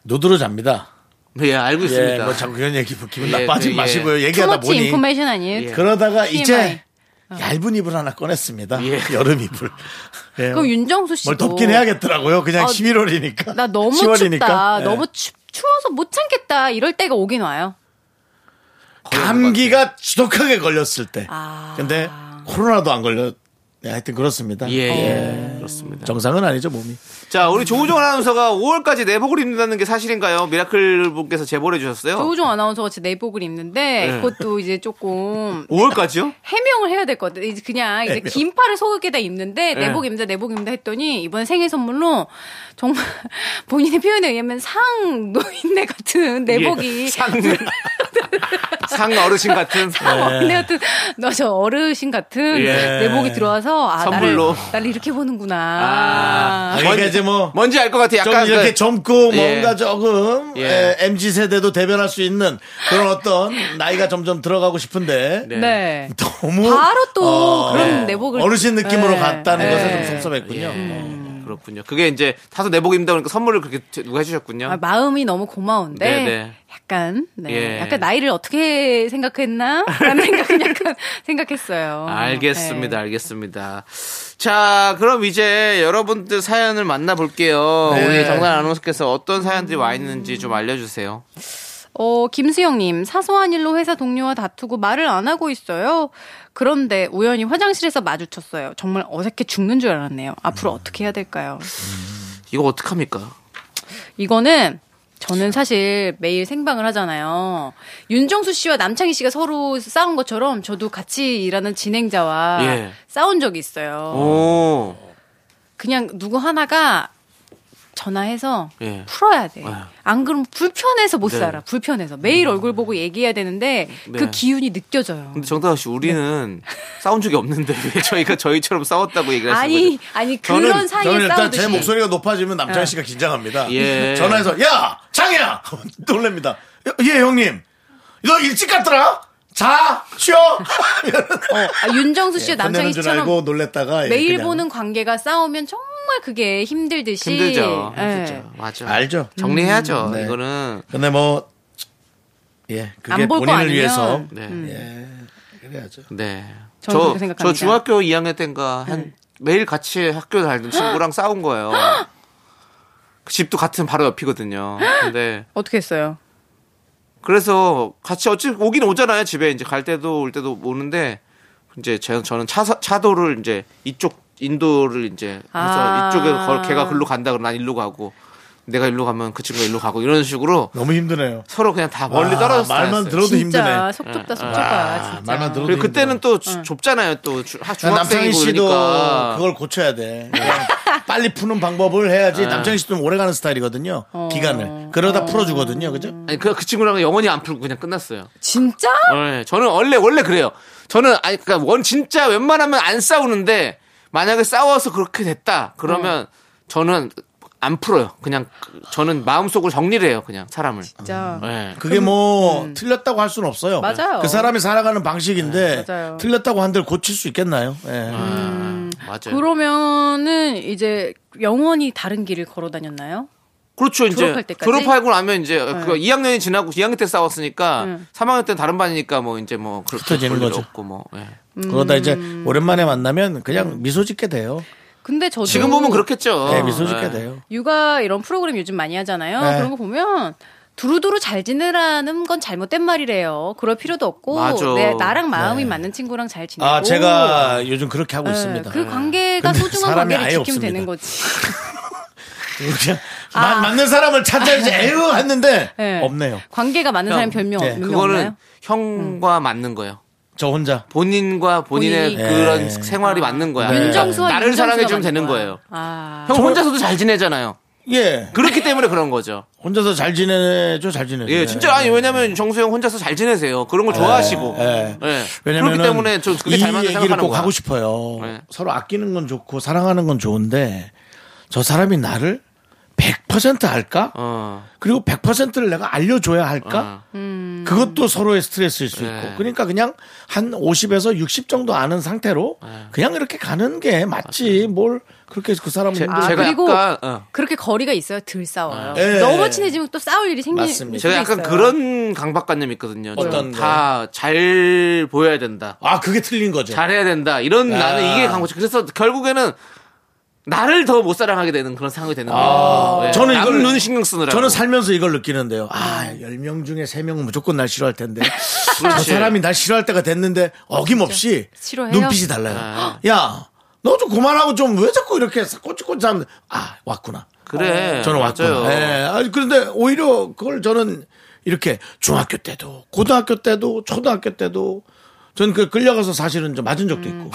[SPEAKER 1] 노드로 잡니다.
[SPEAKER 2] 네. 예, 알고
[SPEAKER 1] 예,
[SPEAKER 2] 있습니다.
[SPEAKER 1] 뭐 자꾸 그런 얘기 기분
[SPEAKER 2] 예,
[SPEAKER 1] 나빠하지
[SPEAKER 2] 그, 예.
[SPEAKER 1] 마시고요. 얘기하다
[SPEAKER 6] 투머치
[SPEAKER 1] 보니
[SPEAKER 6] 인포메이션 아니에요?
[SPEAKER 1] 그러다가
[SPEAKER 6] TMI.
[SPEAKER 1] 이제
[SPEAKER 6] 어.
[SPEAKER 1] 얇은 이불 하나 꺼냈습니다.
[SPEAKER 2] 예.
[SPEAKER 1] <laughs> 여름 이불. 예.
[SPEAKER 6] 그럼 윤정수 씨도
[SPEAKER 1] 뭘 덥긴 해야겠더라고요. 그냥
[SPEAKER 6] 아,
[SPEAKER 1] 11월이니까.
[SPEAKER 6] 나 너무
[SPEAKER 1] 10월이니까.
[SPEAKER 6] 춥다.
[SPEAKER 2] 네.
[SPEAKER 1] 예.
[SPEAKER 6] 너무 추, 추워서 못 참겠다. 이럴 때가 오긴 와요.
[SPEAKER 1] 감기가 지독하게 걸렸을 때.
[SPEAKER 6] 아.
[SPEAKER 1] 근데 코로나도 안 걸렸. 네, 하여튼 그렇습니다.
[SPEAKER 2] 예,
[SPEAKER 6] 어.
[SPEAKER 2] 예. 그렇습니다.
[SPEAKER 1] 정상은 아니죠 몸이.
[SPEAKER 2] 자, 우리 조우정 아나운서가 5월까지 내복을 입는다는 게 사실인가요? 미라클 분께서 제보를 해주셨어요.
[SPEAKER 6] 조우종 아나운서가 제 내복을 입는데
[SPEAKER 2] 네.
[SPEAKER 6] 그것도 이제 조금
[SPEAKER 2] 5월까지요?
[SPEAKER 6] 해명을 해야 될 것 같아요. 이제 그냥 이제 긴 팔을 속에다 입는데
[SPEAKER 2] 네.
[SPEAKER 6] 내복 입는다 내복 입는다 했더니 이번 생일 선물로 정말 <laughs> 본인의 표현에 의하면 상 노인네 같은 내복이
[SPEAKER 2] 예. 상, 상 어르신 같은.
[SPEAKER 6] 근데 하여튼 너 저 어르신 같은
[SPEAKER 2] 네. 예.
[SPEAKER 6] 내복이 들어와서 아
[SPEAKER 2] 선물로.
[SPEAKER 6] 나를, 나를 이렇게 보는구나.
[SPEAKER 2] 아,
[SPEAKER 1] 그러니까 이제 뭐
[SPEAKER 2] 뭔지 알 것 같아.
[SPEAKER 1] 좀
[SPEAKER 2] 약간
[SPEAKER 1] 이렇게
[SPEAKER 2] 그-
[SPEAKER 1] 젊고
[SPEAKER 2] 예.
[SPEAKER 1] 뭔가 조금
[SPEAKER 2] 예.
[SPEAKER 1] 에, MZ 세대도 대변할 수 있는 그런 어떤 나이가 점점 들어가고 싶은데
[SPEAKER 2] 네.
[SPEAKER 6] 네.
[SPEAKER 1] 너무 어, 네.
[SPEAKER 6] 바로 또 그런 내복을-
[SPEAKER 1] 어르신 느낌으로
[SPEAKER 6] 네.
[SPEAKER 1] 갔다는
[SPEAKER 6] 네.
[SPEAKER 1] 것에 좀 섭섭했군요. 어.
[SPEAKER 2] 예, 그렇군요. 그게 이제 다소 내복 입는다 보니까 선물을 그렇게 제- 누가 해주셨군요.
[SPEAKER 6] 아, 마음이 너무 고마운데
[SPEAKER 2] 네, 네.
[SPEAKER 6] 약간 네.
[SPEAKER 2] 예.
[SPEAKER 6] 약간 나이를 어떻게 생각했나 라는 <laughs> 생각은 약간 생각했어요.
[SPEAKER 2] 알겠습니다,
[SPEAKER 6] 네.
[SPEAKER 2] 알겠습니다. 자, 그럼 이제 여러분들 사연을 만나볼게요.
[SPEAKER 1] 네.
[SPEAKER 2] 우리 정단 아나운서께서 어떤 사연들이 와 있는지 좀 알려주세요.
[SPEAKER 6] 어, 김수영님, 사소한 일로 회사 동료와 다투고 말을 안 하고 있어요. 그런데 우연히 화장실에서 마주쳤어요. 정말 어색해 죽는 줄 알았네요. 앞으로
[SPEAKER 2] 음.
[SPEAKER 6] 어떻게 해야 될까요?
[SPEAKER 2] 이거 어떡합니까?
[SPEAKER 6] 이거는 저는 사실 매일 생방을 하잖아요. 윤정수 씨와 남창희 씨가 서로 싸운 것처럼 저도 같이 일하는 진행자와
[SPEAKER 2] 예.
[SPEAKER 6] 싸운 적이 있어요.
[SPEAKER 2] 오,
[SPEAKER 6] 그냥 누구 하나가 전화해서
[SPEAKER 2] 예.
[SPEAKER 6] 풀어야 돼.
[SPEAKER 2] 아휴.
[SPEAKER 6] 안 그러면 불편해서 못
[SPEAKER 2] 네.
[SPEAKER 6] 살아. 불편해서 매일 얼굴 보고 얘기해야 되는데
[SPEAKER 2] 네.
[SPEAKER 6] 그 기운이 느껴져요.
[SPEAKER 2] 근데 정다은 씨, 우리는
[SPEAKER 6] 네.
[SPEAKER 2] 싸운 적이 없는데 왜 저희가 저희처럼 싸웠다고 얘기를 하시는
[SPEAKER 6] 아니
[SPEAKER 2] 거죠?
[SPEAKER 6] 아니
[SPEAKER 2] 저는-
[SPEAKER 6] 그런 사이에
[SPEAKER 1] 저는 일단
[SPEAKER 6] 싸우듯이 네.
[SPEAKER 1] 제 목소리가 높아지면 남창희 씨가 긴장합니다.
[SPEAKER 2] 예.
[SPEAKER 1] 전화해서 야 장이야 <laughs> 놀랍니다. 예 형님 너 일찍 갔더라. 자 쉬어. <laughs>
[SPEAKER 6] 아, 윤정수 씨와
[SPEAKER 1] 건네는
[SPEAKER 6] 남창희
[SPEAKER 1] 줄
[SPEAKER 6] 씨처럼
[SPEAKER 1] 알고 놀랬다가 예,
[SPEAKER 6] 매일
[SPEAKER 1] 그냥.
[SPEAKER 6] 보는 관계가 싸우면 정말 그게 힘들듯이
[SPEAKER 2] 힘들죠.
[SPEAKER 6] 예.
[SPEAKER 2] 힘들죠. 맞아.
[SPEAKER 1] 알죠.
[SPEAKER 2] 정리해야죠.
[SPEAKER 1] 네.
[SPEAKER 2] 이거는
[SPEAKER 1] 근데 뭐 예, 그게
[SPEAKER 6] 안볼거
[SPEAKER 1] 본인을
[SPEAKER 6] 아니면.
[SPEAKER 1] 위해서
[SPEAKER 2] 네.
[SPEAKER 1] 그래야죠.
[SPEAKER 2] 네.
[SPEAKER 6] 음. 저는
[SPEAKER 2] 저,
[SPEAKER 6] 그렇게 생각합니다. 네.
[SPEAKER 2] 저 중학교 2학년 때인가 한 매일 같이 학교 다니는 친구랑 싸운 거예요. 그 집도 같은 바로 옆이거든요. 근데
[SPEAKER 6] 어떻게 했어요?
[SPEAKER 2] 그래서 같이 어찌 오긴 오잖아요. 집에 이제 갈 때도 올 때도 오는데 이제 제, 저는 차 차도를 이제 이쪽 인도를 이제 해서
[SPEAKER 6] 아.
[SPEAKER 2] 이쪽에 걸 걔가 글로 간다 그러면 난 일로 가고 내가 일로 가면 그 친구가 일로 가고 이런 식으로
[SPEAKER 1] 너무 힘드네요.
[SPEAKER 2] 서로 그냥 다 멀리
[SPEAKER 1] 와,
[SPEAKER 2] 떨어졌어요.
[SPEAKER 1] 아, 말만 들어도
[SPEAKER 6] 진짜
[SPEAKER 1] 힘드네.
[SPEAKER 6] 속 좁다 속 좁다 진짜.
[SPEAKER 1] 말만 들어도
[SPEAKER 2] 그리고 그때는
[SPEAKER 1] 힘들어.
[SPEAKER 2] 또 주- 좁잖아요. 또 주- 하-
[SPEAKER 1] 남창희
[SPEAKER 2] 중학생이고
[SPEAKER 1] 씨도
[SPEAKER 2] 그러니까.
[SPEAKER 1] 그걸 고쳐야 돼. 그러니까 빨리 푸는 방법을
[SPEAKER 2] 네.
[SPEAKER 1] 해야지 남창희 씨도 오래가는 스타일이거든요.
[SPEAKER 6] 어.
[SPEAKER 1] 기간을 그러다 풀어주거든요, 그죠?
[SPEAKER 2] 아니 그, 그 친구랑 영원히 안 풀고 그냥 끝났어요.
[SPEAKER 6] 진짜?
[SPEAKER 2] 네, 저는 원래 원래 그래요. 저는 아니 그러니까 원 진짜 웬만하면 안 싸우는데 만약에 싸워서 그렇게 됐다 그러면 저는 안 풀어요. 그냥 그- 저는 마음속으로 정리를 해요. 그냥 사람을.
[SPEAKER 6] 진짜.
[SPEAKER 2] 네.
[SPEAKER 1] 그게 뭐 틀렸다고 할 수는 없어요.
[SPEAKER 6] 음. 맞아요. 네,
[SPEAKER 1] 그 사람이 살아가는 방식인데
[SPEAKER 6] 맞아요.
[SPEAKER 1] 틀렸다고 한들 고칠 수 있겠나요? 예.
[SPEAKER 2] 아,
[SPEAKER 6] 음,
[SPEAKER 2] 맞아요.
[SPEAKER 6] 그러면은 이제 영원히 다른 길을 걸어 다녔나요?
[SPEAKER 2] 그렇죠. 이제
[SPEAKER 6] 졸업할 때까지? 네.
[SPEAKER 2] 졸업하고 나면 이제 그 2학년이 지나고 2학년 때 싸웠으니까
[SPEAKER 6] 음.
[SPEAKER 2] 3학년 때는 다른 반이니까 뭐 이제 뭐 그렇게
[SPEAKER 1] 흩어지는
[SPEAKER 2] 볼일
[SPEAKER 1] 거죠.
[SPEAKER 2] 없고 뭐. 예.
[SPEAKER 6] 음.
[SPEAKER 1] 그러다 이제 오랜만에 만나면 그냥 미소 짓게 돼요.
[SPEAKER 6] 근데 저도
[SPEAKER 2] 지금 보면 그렇겠죠.
[SPEAKER 1] 네, 미소 짓게
[SPEAKER 2] 예.
[SPEAKER 1] 돼요.
[SPEAKER 6] 육아 이런 프로그램 요즘 많이 하잖아요.
[SPEAKER 1] 네.
[SPEAKER 6] 그런 거 보면 두루두루 잘 지내라는 건 잘못된 말이래요. 그럴 필요도 없고
[SPEAKER 2] 맞아.
[SPEAKER 6] 내- 나랑 마음이 맞는 친구랑 잘 지내고
[SPEAKER 1] 네. 아, 제가 요즘 그렇게 하고
[SPEAKER 6] 네,
[SPEAKER 1] 있습니다.
[SPEAKER 6] 그 관계가
[SPEAKER 1] 근데
[SPEAKER 6] 소중한
[SPEAKER 1] 사람이
[SPEAKER 6] 관계를
[SPEAKER 1] 아예
[SPEAKER 6] 지키면
[SPEAKER 1] 없습니다.
[SPEAKER 6] 되는 거지.
[SPEAKER 1] 예. 그냥 마- 맞는 사람을
[SPEAKER 6] <laughs>
[SPEAKER 1] 찾아야지 에휴 했는데
[SPEAKER 6] 아. 네.
[SPEAKER 1] 없네요.
[SPEAKER 6] 관계가 많은
[SPEAKER 2] 형,
[SPEAKER 6] 사람 별명
[SPEAKER 1] 네.
[SPEAKER 6] 몇명
[SPEAKER 2] 그거는
[SPEAKER 6] 없나요?
[SPEAKER 2] 형과 맞는 거예요.
[SPEAKER 1] 저 혼자
[SPEAKER 2] 본인과 본인의
[SPEAKER 6] 본인이.
[SPEAKER 2] 그런
[SPEAKER 1] 예.
[SPEAKER 2] 생활이 맞는 거야.
[SPEAKER 6] 윤정수와
[SPEAKER 2] 나를
[SPEAKER 6] 윤정수가
[SPEAKER 2] 사랑해 주면
[SPEAKER 6] 맞는
[SPEAKER 2] 되는
[SPEAKER 6] 거야.
[SPEAKER 2] 거예요.
[SPEAKER 6] 아,
[SPEAKER 2] 형 혼자서도 잘 지내잖아요.
[SPEAKER 1] 예
[SPEAKER 2] 그렇기 때문에 그런 거죠.
[SPEAKER 1] 혼자서 잘 지내죠 잘 지내.
[SPEAKER 2] 예, 진짜 아니 왜냐면 정수 형 혼자서 잘 지내세요. 그런 걸 좋아하시고.
[SPEAKER 1] 예.
[SPEAKER 2] 예.
[SPEAKER 1] 왜냐면
[SPEAKER 2] 그렇기 때문에 저 그게
[SPEAKER 1] 이
[SPEAKER 2] 잘 맞는
[SPEAKER 1] 얘기를
[SPEAKER 2] 생각하는
[SPEAKER 1] 꼭
[SPEAKER 2] 거야.
[SPEAKER 1] 하고 싶어요.
[SPEAKER 2] 네.
[SPEAKER 1] 서로 아끼는 건 좋고 사랑하는 건 좋은데 저 사람이 나를 100% 알까?
[SPEAKER 2] 어.
[SPEAKER 6] 아,
[SPEAKER 1] 그리고 100%를 내가 알려줘야 할까? 그것도 서로의 스트레스일 수
[SPEAKER 2] 네.
[SPEAKER 1] 있고. 그러니까 그냥 한 50에서 60 정도 아는 상태로
[SPEAKER 2] 예.
[SPEAKER 1] 그냥 이렇게 가는 게 맞지. 뭘 그렇게 그 사람을
[SPEAKER 2] 제,
[SPEAKER 1] 힘들게
[SPEAKER 6] 아,
[SPEAKER 2] 제가
[SPEAKER 6] 그리고-
[SPEAKER 2] 약간 어.
[SPEAKER 6] 그렇게 거리가 있어요. 덜 싸워요.
[SPEAKER 1] 예.
[SPEAKER 6] 너무 친해지면 또 싸울 일이 생기는
[SPEAKER 1] 맞습니다.
[SPEAKER 2] 제가 약간
[SPEAKER 6] 있어요.
[SPEAKER 2] 그런 강박관념이 있거든요.
[SPEAKER 1] 어떤
[SPEAKER 2] 다 잘 보여야 된다.
[SPEAKER 1] 아, 그게 틀린 거죠.
[SPEAKER 2] 잘해야 된다. 이런
[SPEAKER 1] 아.
[SPEAKER 2] 나는 이게 강박관념. 그래서 결국에는 나를 더 못 사랑하게 되는 그런 상황이 되는 거예요. 예.
[SPEAKER 1] 아. 저는
[SPEAKER 2] 남
[SPEAKER 1] 이걸-
[SPEAKER 2] 눈 신경 쓰느라.
[SPEAKER 1] 저는 살면서 이걸 느끼는데요. 아, 10명 중에 3명은 무조건 날 싫어할 텐데. 저
[SPEAKER 2] <laughs> 그렇지.
[SPEAKER 1] 사람이 날 싫어할 때가 됐는데 어김없이
[SPEAKER 6] 싫어해요?
[SPEAKER 1] 눈빛이 달라요.
[SPEAKER 2] 아.
[SPEAKER 1] <gasps> 야, 너 좀 그만하고 좀 왜 자꾸 이렇게 꼬치꼬치 하면 아, 왔구나.
[SPEAKER 2] 그래.
[SPEAKER 1] 어. 저는 왔고요. 예. 아니, 그런데 오히려 그걸 저는 이렇게 중학교 때도 고등학교 때도 초등학교 때도 저는 그 끌려가서 사실은 좀 맞은
[SPEAKER 2] 음.
[SPEAKER 1] 적도 있고.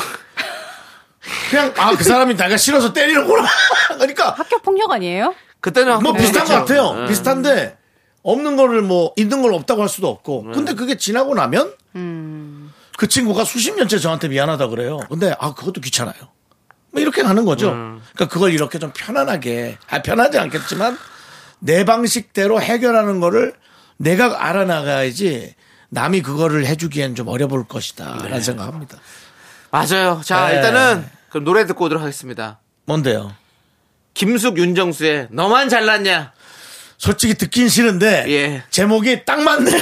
[SPEAKER 1] 그냥 아 그 사람이 내가 싫어서 때리는구나. <laughs> 그러니까
[SPEAKER 6] 학교 폭력 아니에요?
[SPEAKER 2] 그때는
[SPEAKER 1] 뭐
[SPEAKER 2] 네.
[SPEAKER 1] 비슷한 것
[SPEAKER 2] 그렇죠.
[SPEAKER 1] 같아요. 비슷한데 없는 거를 뭐 있는 걸 없다고 할 수도 없고.
[SPEAKER 2] 네.
[SPEAKER 1] 근데 그게 지나고 나면
[SPEAKER 6] 음.
[SPEAKER 1] 그 친구가 수십 년째 저한테 미안하다 그래요. 근데 아 그것도 귀찮아요. 뭐 이렇게 가는 거죠.
[SPEAKER 2] 음.
[SPEAKER 1] 그러니까 그걸 이렇게 좀 편안하게 아 편하지 않겠지만 내 방식대로 해결하는 거를 내가 알아나가야지 남이 그거를 해주기엔 좀 어려울 것이다라는
[SPEAKER 2] 네.
[SPEAKER 1] 생각합니다.
[SPEAKER 2] 맞아요. 자
[SPEAKER 1] 네.
[SPEAKER 2] 일단은 그럼 노래 듣고 오도록 하겠습니다.
[SPEAKER 1] 뭔데요?
[SPEAKER 2] 김숙 윤정수의 너만 잘났냐?
[SPEAKER 1] 솔직히 듣긴 싫은데
[SPEAKER 2] 예.
[SPEAKER 1] 제목이 딱
[SPEAKER 2] <laughs>
[SPEAKER 1] 맞네요.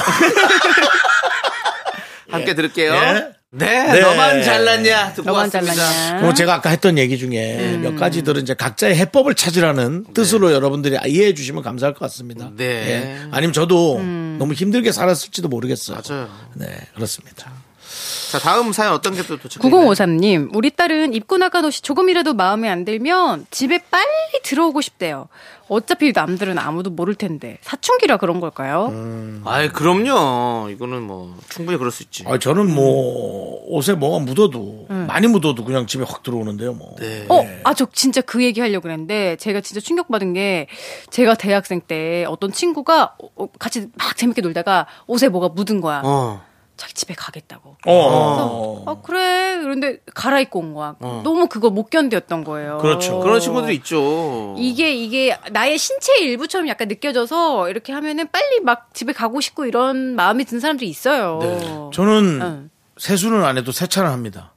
[SPEAKER 2] 함께 들을게요.
[SPEAKER 1] 예.
[SPEAKER 2] 네,
[SPEAKER 1] 네.
[SPEAKER 2] 너만 잘났냐? 듣고
[SPEAKER 6] 너만
[SPEAKER 2] 왔습니다.
[SPEAKER 6] 잘났냐?
[SPEAKER 1] 그리고 제가 아까 했던 얘기 중에
[SPEAKER 2] 음.
[SPEAKER 1] 몇 가지들은 이제 각자의 해법을 찾으라는 뜻으로 여러분들이 이해해 주시면 감사할 것 같습니다.
[SPEAKER 2] 네. 음.
[SPEAKER 1] 예. 아니면 저도 너무 힘들게 살았을지도 모르겠어요.
[SPEAKER 2] 맞아요.
[SPEAKER 1] 네, 그렇습니다.
[SPEAKER 2] 자 다음 사연 어떤 게 또 도착했나요?
[SPEAKER 6] 9053님, 우리 딸은 입고 나간 옷이 조금이라도 마음에 안 들면 집에 빨리 들어오고 싶대요. 어차피 남들은 아무도 모를 텐데 사춘기라 그런 걸까요?
[SPEAKER 2] 음. 아이 그럼요. 이거는 뭐 충분히 그럴 수 있지.
[SPEAKER 1] 아, 저는 뭐 옷에 뭐가 묻어도 많이 묻어도 그냥 집에 확 들어오는데요. 뭐.
[SPEAKER 2] 음. 네.
[SPEAKER 6] 어, 아, 저 진짜 그 얘기 하려고 그랬는데, 제가 진짜 충격받은 게, 제가 대학생 때 어떤 친구가 어, 어, 같이 막 재밌게 놀다가 옷에 뭐가 묻은 거야.
[SPEAKER 2] 어.
[SPEAKER 6] 자기 집에 가겠다고.
[SPEAKER 1] 어.
[SPEAKER 6] 그래서, 아, 그래. 그런데 갈아입고 온 거야. 너무 그거 못 견뎠던 거예요.
[SPEAKER 1] 그렇죠.
[SPEAKER 2] 어. 그런 친구들이 있죠.
[SPEAKER 6] 이게 이게 나의 신체 일부처럼 약간 느껴져서 이렇게 하면은 빨리 막 집에 가고 싶고 이런 마음이 든 사람들이 있어요.
[SPEAKER 2] 네.
[SPEAKER 1] 저는
[SPEAKER 2] 어.
[SPEAKER 6] 응.
[SPEAKER 1] 세수는 안 해도 세차를 합니다.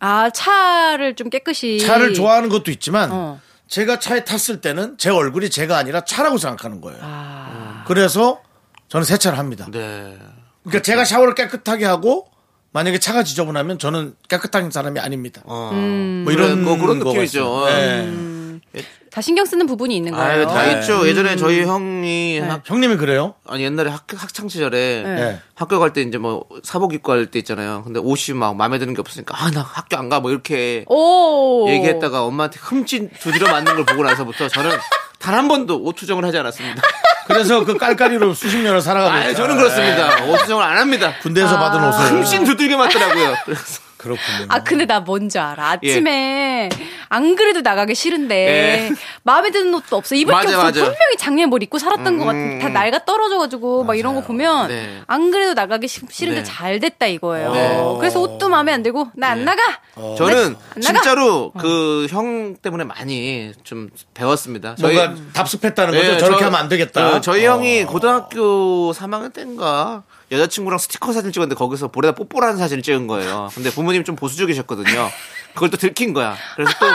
[SPEAKER 6] 아 차를 좀 깨끗이
[SPEAKER 1] 차를 좋아하는 것도 있지만
[SPEAKER 6] 어.
[SPEAKER 1] 제가 차에 탔을 때는 제 얼굴이 제가 아니라 차라고 생각하는 거예요.
[SPEAKER 2] 아.
[SPEAKER 1] 그래서 저는 세차를 합니다.
[SPEAKER 2] 네.
[SPEAKER 1] 그러니까 제가 샤워를 깨끗하게 하고 만약에 차가 지저분하면 저는 깨끗한 사람이 아닙니다.
[SPEAKER 2] 어.
[SPEAKER 6] 음.
[SPEAKER 1] 뭐 이런
[SPEAKER 2] 그래, 뭐 그런
[SPEAKER 1] 거
[SPEAKER 2] 느낌이죠. 네. 음.
[SPEAKER 1] 같습니다. 예.
[SPEAKER 6] 다 신경 쓰는 부분이 있는
[SPEAKER 2] 아유
[SPEAKER 6] 거예요.
[SPEAKER 2] 다
[SPEAKER 1] 네.
[SPEAKER 2] 있죠.
[SPEAKER 6] 음.
[SPEAKER 2] 예전에 저희 형이
[SPEAKER 6] 네.
[SPEAKER 2] 학,
[SPEAKER 1] 형님이 그래요?
[SPEAKER 2] 아니 옛날에 학, 학창 시절에
[SPEAKER 1] 네.
[SPEAKER 2] 학교 갈 때 이제 뭐 사복 입고 할 때 있잖아요. 근데 옷이 막 마음에 드는 게 없으니까 아 나 학교 안 가 뭐 이렇게
[SPEAKER 6] 오
[SPEAKER 2] 얘기했다가 엄마한테 흠칫 두드려 맞는 걸 보고 나서부터 저는 단 한 번도 오투정을 하지 않았습니다.
[SPEAKER 1] 그래서 그 깔깔이로 수십 년을 살아가고
[SPEAKER 2] 아,
[SPEAKER 1] 있어요.
[SPEAKER 2] 저는 그렇습니다. 아, 오투정을 안 합니다.
[SPEAKER 1] 군대에서 받은 옷을.
[SPEAKER 2] 흠씬 두들겨 맞더라고요. 그래서
[SPEAKER 1] 그렇군요.
[SPEAKER 6] 아, 근데 나 뭔지 알아. 아침에 안 그래도 나가기 싫은데
[SPEAKER 2] 예. 예.
[SPEAKER 6] 마음에 드는 옷도 없어. 입을
[SPEAKER 2] 맞아,
[SPEAKER 6] 게 없어.
[SPEAKER 2] 맞아. 음.
[SPEAKER 6] 분명히 작년에 뭘 입고 살았던 것 같은데 다 날가 떨어져가지고 막 이런 거 보면
[SPEAKER 2] 네.
[SPEAKER 6] 안 그래도 나가기 싫- 싫은데
[SPEAKER 2] 네.
[SPEAKER 6] 잘 됐다 이거예요.
[SPEAKER 2] 네. 예.
[SPEAKER 6] 그래서 옷도 마음에 안 들고 나 안 나가.
[SPEAKER 1] 어.
[SPEAKER 2] 저는
[SPEAKER 6] 안 나가? 어.
[SPEAKER 2] 진짜로 그 형 때문에 많이 좀 배웠습니다.
[SPEAKER 1] 뭔가 답습했다는 거죠.
[SPEAKER 2] 예,
[SPEAKER 1] 아, 저렇게
[SPEAKER 2] 저-
[SPEAKER 1] 하면 안 되겠다.
[SPEAKER 2] 어, 저희 형이 고등학교 3학년 때인가 여자친구랑 스티커 사진 찍었는데 거기서 볼에다 뽀뽀라는 사진을 찍은 거예요. 근데 부모님 좀 보수적이셨거든요. 그걸 또 들킨 거야. 그래서 또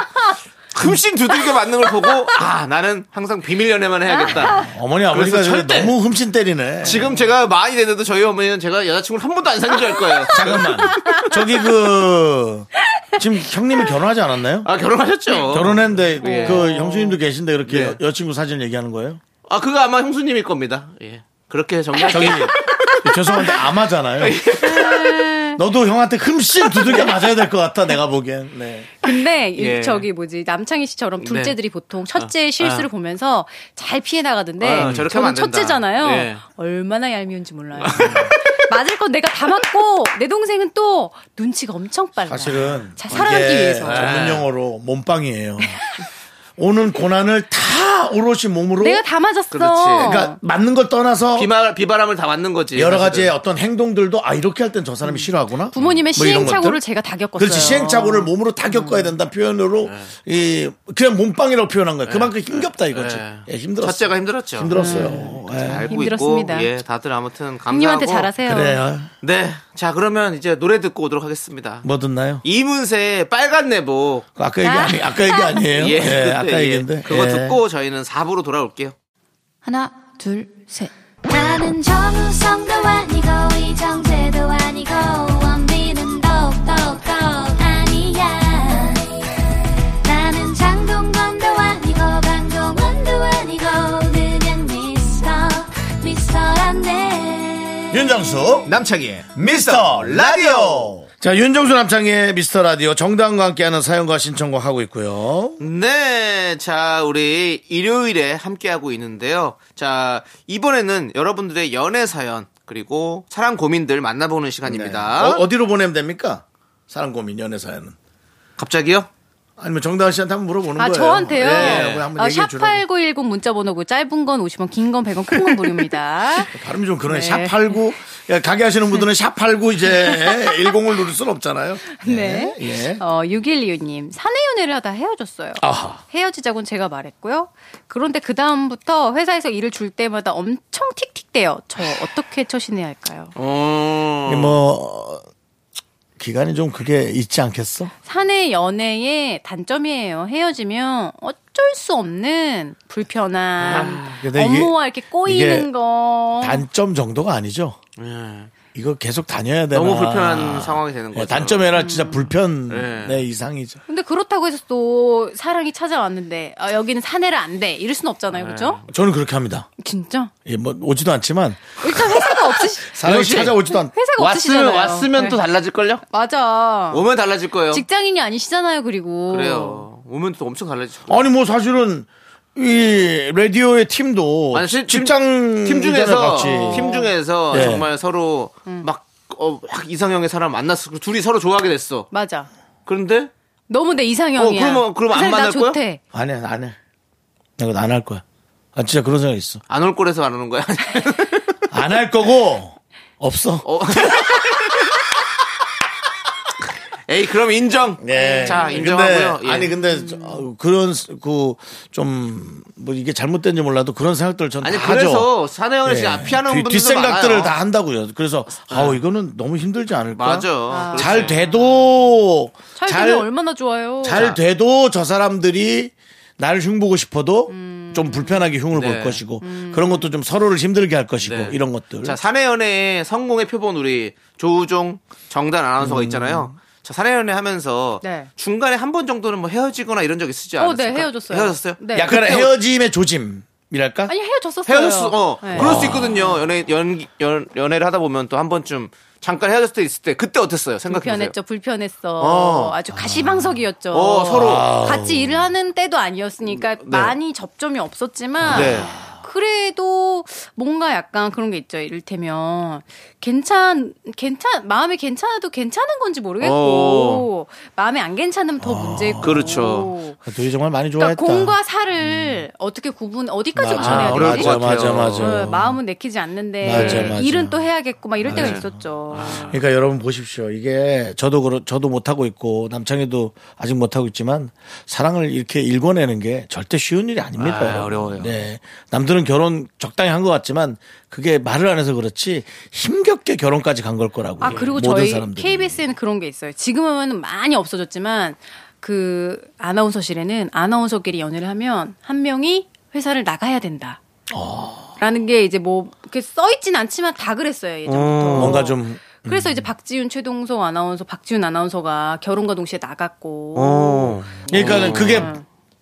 [SPEAKER 2] 흠씬 두들겨 맞는 걸 보고 아 나는 항상 비밀 연애만 해야겠다.
[SPEAKER 1] 어머니 아버지가
[SPEAKER 2] 그래서 절대-
[SPEAKER 1] 너무 흠씬 때리네.
[SPEAKER 2] 지금 제가 많이 됐는데도 저희 어머니는 제가 여자친구를 한 번도 안 사귄 줄 알 거예요.
[SPEAKER 1] 잠깐만. 저기 그 지금 형님이 결혼하지 않았나요?
[SPEAKER 2] 아 결혼하셨죠?
[SPEAKER 1] 결혼했는데
[SPEAKER 2] 예.
[SPEAKER 1] 그 형수님도 계신데 그렇게
[SPEAKER 2] 예.
[SPEAKER 1] 여- 여친구 사진 얘기하는 거예요?
[SPEAKER 2] 아 그거 아마 형수님일 겁니다. 예. 그렇게 정말
[SPEAKER 1] 저기 예, 죄송한데 아마잖아요.
[SPEAKER 6] 음.
[SPEAKER 1] 너도 형한테 흠씬 두들겨 맞아야 될 것 같아 내가 보기엔. 네.
[SPEAKER 6] 근데
[SPEAKER 2] <laughs>
[SPEAKER 6] 이-
[SPEAKER 2] 예. 네.
[SPEAKER 6] 저기 뭐지 남창희 씨처럼 둘째들이 보통 첫째의 실수를
[SPEAKER 2] 아.
[SPEAKER 6] 보면서 잘 피해 나가던데
[SPEAKER 2] 아, 저렇게 하면
[SPEAKER 6] 저는
[SPEAKER 2] 안 된다.
[SPEAKER 6] 첫째잖아요.
[SPEAKER 2] 예.
[SPEAKER 6] 얼마나 얄미운지 몰라요. <laughs> 맞을 건 내가 다 맞고 내 동생은 또 눈치가 엄청 빨라.
[SPEAKER 1] 사실은
[SPEAKER 6] 그러니까 자 살아남기
[SPEAKER 1] 이게
[SPEAKER 6] 위해서
[SPEAKER 1] 전문 용어로 몸빵이에요. 오는 고난을 다 오롯이 몸으로
[SPEAKER 6] 내가 다 맞았어.
[SPEAKER 2] 그렇지.
[SPEAKER 1] 그러니까 맞는 걸 떠나서
[SPEAKER 2] 비말 비바람을 다 맞는 거지.
[SPEAKER 1] 여러
[SPEAKER 2] 사실은.
[SPEAKER 1] 가지의 어떤 행동들도 아 이렇게 할 땐 저 사람이 싫어하구나.
[SPEAKER 6] 음. 부모님의
[SPEAKER 1] 뭐 이런
[SPEAKER 6] 시행착오를
[SPEAKER 1] 것들?
[SPEAKER 6] 제가 다 겪었어요. 음.
[SPEAKER 1] 그렇지 시행착오를 뭐 몸으로 다 겪어야 된다 표현으로
[SPEAKER 2] 네.
[SPEAKER 1] 이 그냥 몸빵이라고 표현한 거야. 그만큼 힘겹다 이거지.
[SPEAKER 2] 예.
[SPEAKER 1] 예, 힘들었어.
[SPEAKER 2] 네. 첫째가 힘들었죠. 네.
[SPEAKER 1] 힘들었어요.
[SPEAKER 6] 음.
[SPEAKER 2] 잘
[SPEAKER 1] 예.
[SPEAKER 2] 알고
[SPEAKER 6] 힘들었습니다.
[SPEAKER 2] 있고 예 다들 아무튼 감사하고
[SPEAKER 6] 형님한테 잘하세요.
[SPEAKER 1] 그래요.
[SPEAKER 2] 네. 자, 그러면 이제 노래 듣고 오도록 하겠습니다.
[SPEAKER 1] 뭐 듣나요?
[SPEAKER 2] 이문세의 빨간 내복.
[SPEAKER 1] 아까 얘기 아니 아까 얘기 아니에요? 예, 아까
[SPEAKER 2] 예.
[SPEAKER 1] 얘기인데
[SPEAKER 2] 그거
[SPEAKER 1] 예.
[SPEAKER 2] 듣고 저희는 4부로 돌아올게요.
[SPEAKER 6] 하나 둘 셋.
[SPEAKER 4] 나는 정우성도 아니고 이정재도 아니고 원빈은 더욱더 아니야 나는 장동건도 아니고 강동원도 아니고 그냥 미스터 미스터란데
[SPEAKER 3] 윤정수
[SPEAKER 2] 남창희의
[SPEAKER 3] 미스터 라디오
[SPEAKER 1] 자 윤정수 남창의 미스터 라디오 정당과 함께하는 사연과 신청곡 하고 있고요. 어,
[SPEAKER 2] 네, 자, 우리 일요일에 함께하고 있는데요. 자, 이번에는 여러분들의 연애 사연, 그리고 사랑 고민들 만나보는 시간입니다.
[SPEAKER 1] 어, 디로 보내면 됩니까? 사랑 고민 연애 사연은
[SPEAKER 2] 갑자기요?
[SPEAKER 1] 아니면 정다은 씨한테 한번 물어보는
[SPEAKER 6] 아
[SPEAKER 1] 거예요.
[SPEAKER 6] 저한테요. 아, 어,
[SPEAKER 1] 예, 뭐 한번 얘기해 주라고.
[SPEAKER 6] 샵8910 문자 번호고 짧은 건 50원, 긴 건 100원, 큰 건 무료입니다.
[SPEAKER 1] <laughs> 발음이 좀 그러네.
[SPEAKER 6] 네.
[SPEAKER 1] 샵 팔고 예, 가게 하시는 분들은 샵 팔고 이제 <laughs> 10을 누를 순 없잖아요.
[SPEAKER 6] 네.
[SPEAKER 1] 예.
[SPEAKER 6] 어, 6125님, 사내 연애를 하다 헤어졌어요.
[SPEAKER 1] 아하.
[SPEAKER 6] 헤어지자고는 제가 말했고요. 그런데 그다음부터 회사에서 일을 줄 때마다 엄청 틱틱대요. 저 어떻게 처신해야 할까요?
[SPEAKER 2] 어,
[SPEAKER 1] 뭐 어, 기간이 좀 그게 있지 않겠어?
[SPEAKER 6] 사내 연애의 단점이에요. 헤어지면 어쩔 수 없는 불편함,
[SPEAKER 1] 근데 이게-
[SPEAKER 6] 업무와 이렇게
[SPEAKER 1] 이게
[SPEAKER 6] 꼬이는 거.
[SPEAKER 1] 단점 정도가 아니죠.
[SPEAKER 2] 예.
[SPEAKER 1] 이거 계속 다녀야 되나?
[SPEAKER 2] 너무 불편한 상황이 되는
[SPEAKER 1] 예,
[SPEAKER 2] 거죠.
[SPEAKER 1] 단점이라 진짜 불편
[SPEAKER 2] 네.
[SPEAKER 1] 의 이상이죠.
[SPEAKER 6] 근데 그렇다고 해서 또 사랑이 찾아왔는데 아, 여기는 사내를 안 돼. 이럴 순 없잖아요. 그죠?
[SPEAKER 1] 저는 그렇게 합니다.
[SPEAKER 6] 진짜?
[SPEAKER 1] 예, 뭐 오지도 않지만
[SPEAKER 6] 일단 회사가 없으시
[SPEAKER 1] 사람이
[SPEAKER 2] 역시.
[SPEAKER 1] 찾아오지도
[SPEAKER 6] <laughs>
[SPEAKER 1] 않.
[SPEAKER 6] 회사가
[SPEAKER 2] 왔으면,
[SPEAKER 6] 없으시잖아요.
[SPEAKER 2] 왔으면 또
[SPEAKER 6] 네.
[SPEAKER 2] 달라질걸요?
[SPEAKER 6] 맞아.
[SPEAKER 2] 오면 달라질 거예요.
[SPEAKER 6] 직장인이 아니시잖아요, 그리고.
[SPEAKER 2] 어?
[SPEAKER 1] 어.
[SPEAKER 2] 그래요. 오면 또 엄청 달라질 거예요.
[SPEAKER 1] 아니 뭐 사실은 이 라디오의 팀도
[SPEAKER 2] 아니, 실- 팀-
[SPEAKER 1] 직장
[SPEAKER 2] 팀
[SPEAKER 1] 이잖아요,
[SPEAKER 2] 중에서
[SPEAKER 1] 음, 같이.
[SPEAKER 2] 팀 중에서
[SPEAKER 1] 네.
[SPEAKER 2] 정말 서로
[SPEAKER 6] 음.
[SPEAKER 2] 막, 어, 막 이상형의 사람 만났어. 그리고 둘이 서로 좋아하게 됐어.
[SPEAKER 6] 맞아.
[SPEAKER 2] 그런데
[SPEAKER 6] 너무 내 이상형이야.
[SPEAKER 2] 어, 그러면- 그럼 안
[SPEAKER 6] 그 사람 나
[SPEAKER 2] 만날 거야?
[SPEAKER 6] 좋대.
[SPEAKER 1] 안 해, 안 해. 내가 안할 거야. 아 진짜 그런 생각 있어.
[SPEAKER 2] 안 올 거라서 안 오는 거야. <laughs>
[SPEAKER 1] 안 할 거고 없어.
[SPEAKER 2] 어. 에이 그럼 인정. 자 인정하고요.
[SPEAKER 1] 예. 근데,
[SPEAKER 2] 예.
[SPEAKER 1] 아니 근데 저, 어, 그런 그 좀 뭐 이게 잘못된지 몰라도 그런 생각들 전
[SPEAKER 2] 아니
[SPEAKER 1] 다 하죠.
[SPEAKER 2] 그래서 사내연애 씨
[SPEAKER 1] 예.
[SPEAKER 2] 아, 피하는
[SPEAKER 1] 뒤-
[SPEAKER 2] 분들도
[SPEAKER 1] 뒷생각들을
[SPEAKER 2] 많아요.
[SPEAKER 1] 다 한다고요. 그래서 아우 이거는 너무 힘들지 않을까?
[SPEAKER 2] 맞아. 그렇지.
[SPEAKER 1] 잘 돼도
[SPEAKER 6] 잘
[SPEAKER 1] 잘-
[SPEAKER 6] 되면 얼마나 좋아요.
[SPEAKER 1] 잘 돼도 저 사람들이 나를 흉보고 싶어도
[SPEAKER 6] 음.
[SPEAKER 1] 좀 불편하게 흉을
[SPEAKER 2] 네.
[SPEAKER 1] 볼 것이고 그런 것도 좀 서로를 힘들게 할 것이고
[SPEAKER 2] 네.
[SPEAKER 1] 이런 것들.
[SPEAKER 2] 자 사내연애의 성공의 표본 우리 조우종 정단
[SPEAKER 1] 음.
[SPEAKER 2] 아나운서가 있잖아요. 자 사내연애 하면서
[SPEAKER 6] 네.
[SPEAKER 2] 중간에 한 번 정도는 뭐 헤어지거나 이런 적 있으지
[SPEAKER 6] 어,
[SPEAKER 2] 않았어요?
[SPEAKER 6] 네, 헤어졌어요.
[SPEAKER 2] 헤어졌어요?
[SPEAKER 6] 네.
[SPEAKER 1] 약간의
[SPEAKER 2] 그때
[SPEAKER 1] 헤어짐의 조짐. 이랄까?
[SPEAKER 6] 아니 헤어졌었어요.
[SPEAKER 2] 헤어졌어. 어.
[SPEAKER 6] 네.
[SPEAKER 2] 그럴 수 있거든요. 연애 연, 연 연애를 하다 보면 또 한 번쯤 잠깐 헤어졌을 때 있을 때 그때 어땠어요? 생각해 보세요.
[SPEAKER 6] 불편했죠, 불편했어.
[SPEAKER 2] 어.
[SPEAKER 6] 아주 가시방석이었죠.
[SPEAKER 2] 어, 서로. 음,
[SPEAKER 6] 같이 일을 하는 때도 아니었으니까 많이 접점이 없었지만
[SPEAKER 2] 네.
[SPEAKER 6] 그래도 뭔가 약간 그런 게 있죠. 이를테면 괜찮 괜찮 마음이 괜찮아도 괜찮은 건지 모르겠고 마음이 안 괜찮으면 더 문제고.
[SPEAKER 2] 어. 그렇죠.
[SPEAKER 1] 아, 둘이 정말 많이
[SPEAKER 6] 그러니까
[SPEAKER 1] 좋아했다.
[SPEAKER 6] 공과 사를 어떻게 구분 어디까지
[SPEAKER 1] 맞아.
[SPEAKER 6] 구분해야
[SPEAKER 2] 어려울
[SPEAKER 6] 되지?
[SPEAKER 2] 것
[SPEAKER 1] 그렇죠. 맞아, 맞아,
[SPEAKER 2] 같아요.
[SPEAKER 1] 맞아.
[SPEAKER 6] 어, 마음은 내키지 않는데
[SPEAKER 1] 맞아, 네. 맞아.
[SPEAKER 6] 일은 또 해야겠고 막 이럴 때가 있었죠.
[SPEAKER 1] 그러니까 여러분 보십시오. 이게 저도 그러, 저도 못 하고 있고 남창희도 아직 못 하고 있지만 사랑을 이렇게 일궈내는 게 절대 쉬운 일이 아닙니다.
[SPEAKER 2] 아, 어려워요.
[SPEAKER 1] 네. 남들은 결혼 적당히 한 것 같지만 그게 말을 안 해서 그렇지 힘겹게 결혼까지 간 걸 거라고.
[SPEAKER 6] 아 그리고
[SPEAKER 1] 모든
[SPEAKER 6] 저희
[SPEAKER 1] 사람들이.
[SPEAKER 6] KBS에는 그런 게 있어요. 지금은 많이 없어졌지만 그 아나운서실에는 아나운서끼리 연애를 하면 한 명이 회사를 나가야 된다. 라는 게 이제 뭐 이렇게 써 있진 않지만 다 그랬어요 예전부터.
[SPEAKER 1] 음. 뭔가 좀 음.
[SPEAKER 6] 그래서 이제 박지윤, 최동석 아나운서, 박지윤 아나운서가 결혼과 동시에 나갔고
[SPEAKER 1] 어. 그러니까는 그게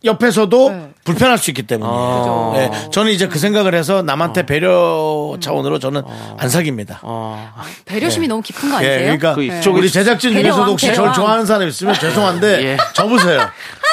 [SPEAKER 1] 옆에서도
[SPEAKER 6] 어. 네.
[SPEAKER 1] 불편할 수 있기 때문에.
[SPEAKER 6] 그죠.
[SPEAKER 2] 아.
[SPEAKER 1] 네, 저는 이제 그 생각을 해서 남한테
[SPEAKER 2] 어.
[SPEAKER 1] 배려 차원으로 저는 안 사깁니다.
[SPEAKER 2] 어.
[SPEAKER 6] 아. 배려심이 너무 깊은 거
[SPEAKER 1] 예,
[SPEAKER 6] 아니세요?
[SPEAKER 1] 그러니까
[SPEAKER 2] 그 이쪽에
[SPEAKER 1] 우리 제작진
[SPEAKER 6] 배려왕,
[SPEAKER 1] 중에서도 혹시 저를
[SPEAKER 6] 배려왕.
[SPEAKER 1] 좋아하는 사람 있으면 죄송한데
[SPEAKER 2] 예.
[SPEAKER 1] 접으세요.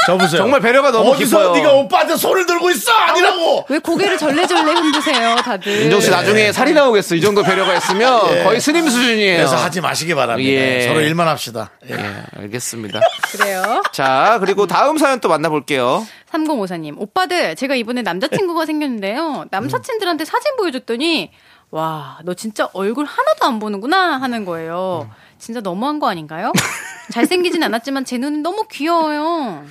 [SPEAKER 1] 접으세요.
[SPEAKER 2] 정말 배려가 너무
[SPEAKER 1] 어디서
[SPEAKER 2] 깊어요.
[SPEAKER 1] 네가 오빠한테 손을 들고 있어 아니라고.
[SPEAKER 6] 왜 고개를 절레절레 흔드세요, 다들?
[SPEAKER 2] 윤정 씨 나중에 예. 살이 나오겠어. 이 정도 배려가 있으면 <laughs> 거의 스님 수준이에요.
[SPEAKER 1] 그래서 하지 마시기 바랍니다. 네,
[SPEAKER 2] 예.
[SPEAKER 1] 서로 일만 합시다. 예.
[SPEAKER 2] 예, 알겠습니다.
[SPEAKER 6] 그래요.
[SPEAKER 2] <laughs> 자, 그리고 다음 사연 또 만나볼게요.
[SPEAKER 6] 3054님, 오빠들, 제가 이번에 남자친구가 생겼는데요. 남사친들한테 사진 보여줬더니, 와, 너 진짜 얼굴 하나도 안 보는구나 하는 거예요. 진짜 너무한 거 아닌가요? 잘생기진 않았지만 제 눈은 너무 귀여워요.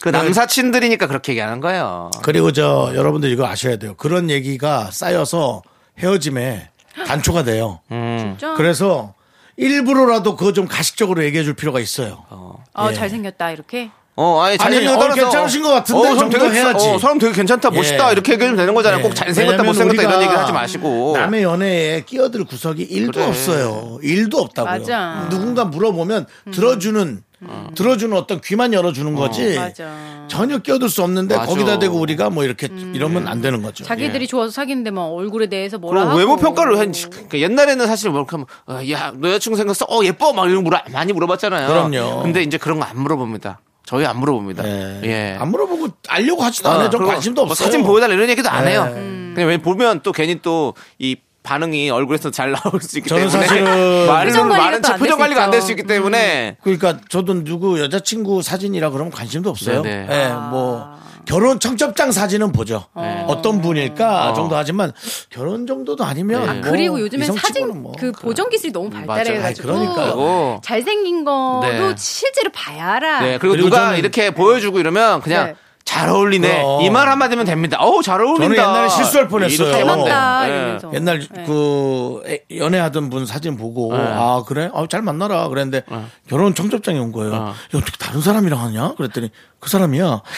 [SPEAKER 2] 그 남사친들이니까 그렇게 얘기하는 거예요.
[SPEAKER 1] 그리고 저 여러분들 이거 아셔야 돼요. 그런 얘기가 쌓여서 헤어짐에 단초가 돼요.
[SPEAKER 6] 진짜?
[SPEAKER 1] 그래서 일부러라도 그거 좀 가식적으로 얘기해 줄 필요가 있어요.
[SPEAKER 6] 아,
[SPEAKER 1] 예.
[SPEAKER 6] 잘생겼다, 이렇게.
[SPEAKER 2] 어, 아니, 잘생긴
[SPEAKER 1] 아니,
[SPEAKER 2] 거
[SPEAKER 1] 어,
[SPEAKER 2] 따라서
[SPEAKER 1] 괜찮으신 것 같은데
[SPEAKER 2] 사람
[SPEAKER 1] 정도
[SPEAKER 2] 되게-
[SPEAKER 1] 해야지.
[SPEAKER 2] 어, 사람 되게 괜찮다, 멋있다
[SPEAKER 1] 예.
[SPEAKER 2] 이렇게 얘기하면 되는 거잖아요. 꼭
[SPEAKER 1] 예.
[SPEAKER 2] 잘생겼다,
[SPEAKER 1] 왜냐면
[SPEAKER 2] 못생겼다 이런
[SPEAKER 1] 우리가
[SPEAKER 2] 얘기를 하지 마시고.
[SPEAKER 1] 남의 연애에 끼어들 구석이 일도
[SPEAKER 2] 어. 그래.
[SPEAKER 1] 없어요. 일도 없다고요.
[SPEAKER 6] 맞아.
[SPEAKER 1] 누군가 물어보면 들어주는
[SPEAKER 2] 음.
[SPEAKER 1] 들어주는 어떤 귀만 열어주는 거지.
[SPEAKER 6] 맞아. 음.
[SPEAKER 1] 전혀 끼어들 수 없는데
[SPEAKER 2] 맞아.
[SPEAKER 1] 거기다 대고 우리가 뭐 이렇게 이러면 안 되는 거죠.
[SPEAKER 6] 자기들이 좋아서 사귀는데 막 얼굴에 대해서 뭐라
[SPEAKER 2] 그럼
[SPEAKER 6] 하고.
[SPEAKER 2] 외모 평가를 한 그러니까 옛날에는 사실 뭐 그렇게 하면 어, 야, 너 여자친구 생겼어? 어, 예뻐 막 이런 거 물어, 많이 물어봤잖아요.
[SPEAKER 1] 그럼요.
[SPEAKER 2] 근데 이제 그런 거 안 물어봅니다. 저희 안 물어봅니다.
[SPEAKER 1] 예.
[SPEAKER 2] 예.
[SPEAKER 1] 안 물어보고 알려고 하지도 않아요. 전
[SPEAKER 2] 그리고
[SPEAKER 1] 관심도
[SPEAKER 2] 뭐
[SPEAKER 1] 없어요.
[SPEAKER 2] 사진 보여달라 이런 얘기도 안
[SPEAKER 1] 네.
[SPEAKER 2] 해요. 그냥 왜 보면 또 괜히 또 이 반응이 얼굴에서 잘 나올 수 있기
[SPEAKER 1] 저는
[SPEAKER 2] 때문에
[SPEAKER 1] 사실은
[SPEAKER 2] <laughs> 말로
[SPEAKER 6] 표정 관리가
[SPEAKER 2] 말은
[SPEAKER 6] 또안될수
[SPEAKER 2] 표정 관리가 안 될 수
[SPEAKER 6] 있죠.
[SPEAKER 2] 있기 때문에
[SPEAKER 1] 그러니까 저도 누구 여자친구 사진이라 그러면 관심도 없어요. 예,
[SPEAKER 2] 네네.
[SPEAKER 6] 아.
[SPEAKER 1] 뭐 결혼 청첩장 사진은 보죠. 어떤 분일까
[SPEAKER 2] 어.
[SPEAKER 1] 정도 하지만 결혼 정도도 아니면
[SPEAKER 2] 네. 아,
[SPEAKER 1] 뭐
[SPEAKER 6] 그리고 요즘엔
[SPEAKER 1] 이성
[SPEAKER 6] 사진
[SPEAKER 1] 치고는 뭐.
[SPEAKER 6] 그 보정 기술이 너무 발달해가지고
[SPEAKER 1] 맞아요. 아니,
[SPEAKER 2] 그러니까요.
[SPEAKER 6] 잘생긴 것도
[SPEAKER 2] 네.
[SPEAKER 6] 실제로 봐야 알아.
[SPEAKER 2] 네, 그리고,
[SPEAKER 1] 그리고
[SPEAKER 2] 누가
[SPEAKER 1] 저는-
[SPEAKER 2] 이렇게 보여주고 이러면 그냥
[SPEAKER 6] 네.
[SPEAKER 2] 잘 어울리네
[SPEAKER 1] 그럼.
[SPEAKER 2] 이 말 한마디면 됩니다. 어우 잘 어울린다. 네,
[SPEAKER 1] 저는 옛날에 실수할 뻔했어요.
[SPEAKER 2] 이렇게 하면 돼요.
[SPEAKER 6] 닮았다
[SPEAKER 2] 예.
[SPEAKER 6] 이러면서.
[SPEAKER 1] 옛날
[SPEAKER 6] 네.
[SPEAKER 1] 그 애- 연애하던 분 사진 보고
[SPEAKER 2] 네.
[SPEAKER 1] 아 그래 아, 잘 만나라 그랬는데 결혼 청첩장이 온
[SPEAKER 2] 네.
[SPEAKER 1] 거예요. 야, 어떻게 다른 사람이랑 하냐? 그랬더니 그 사람이야. <laughs>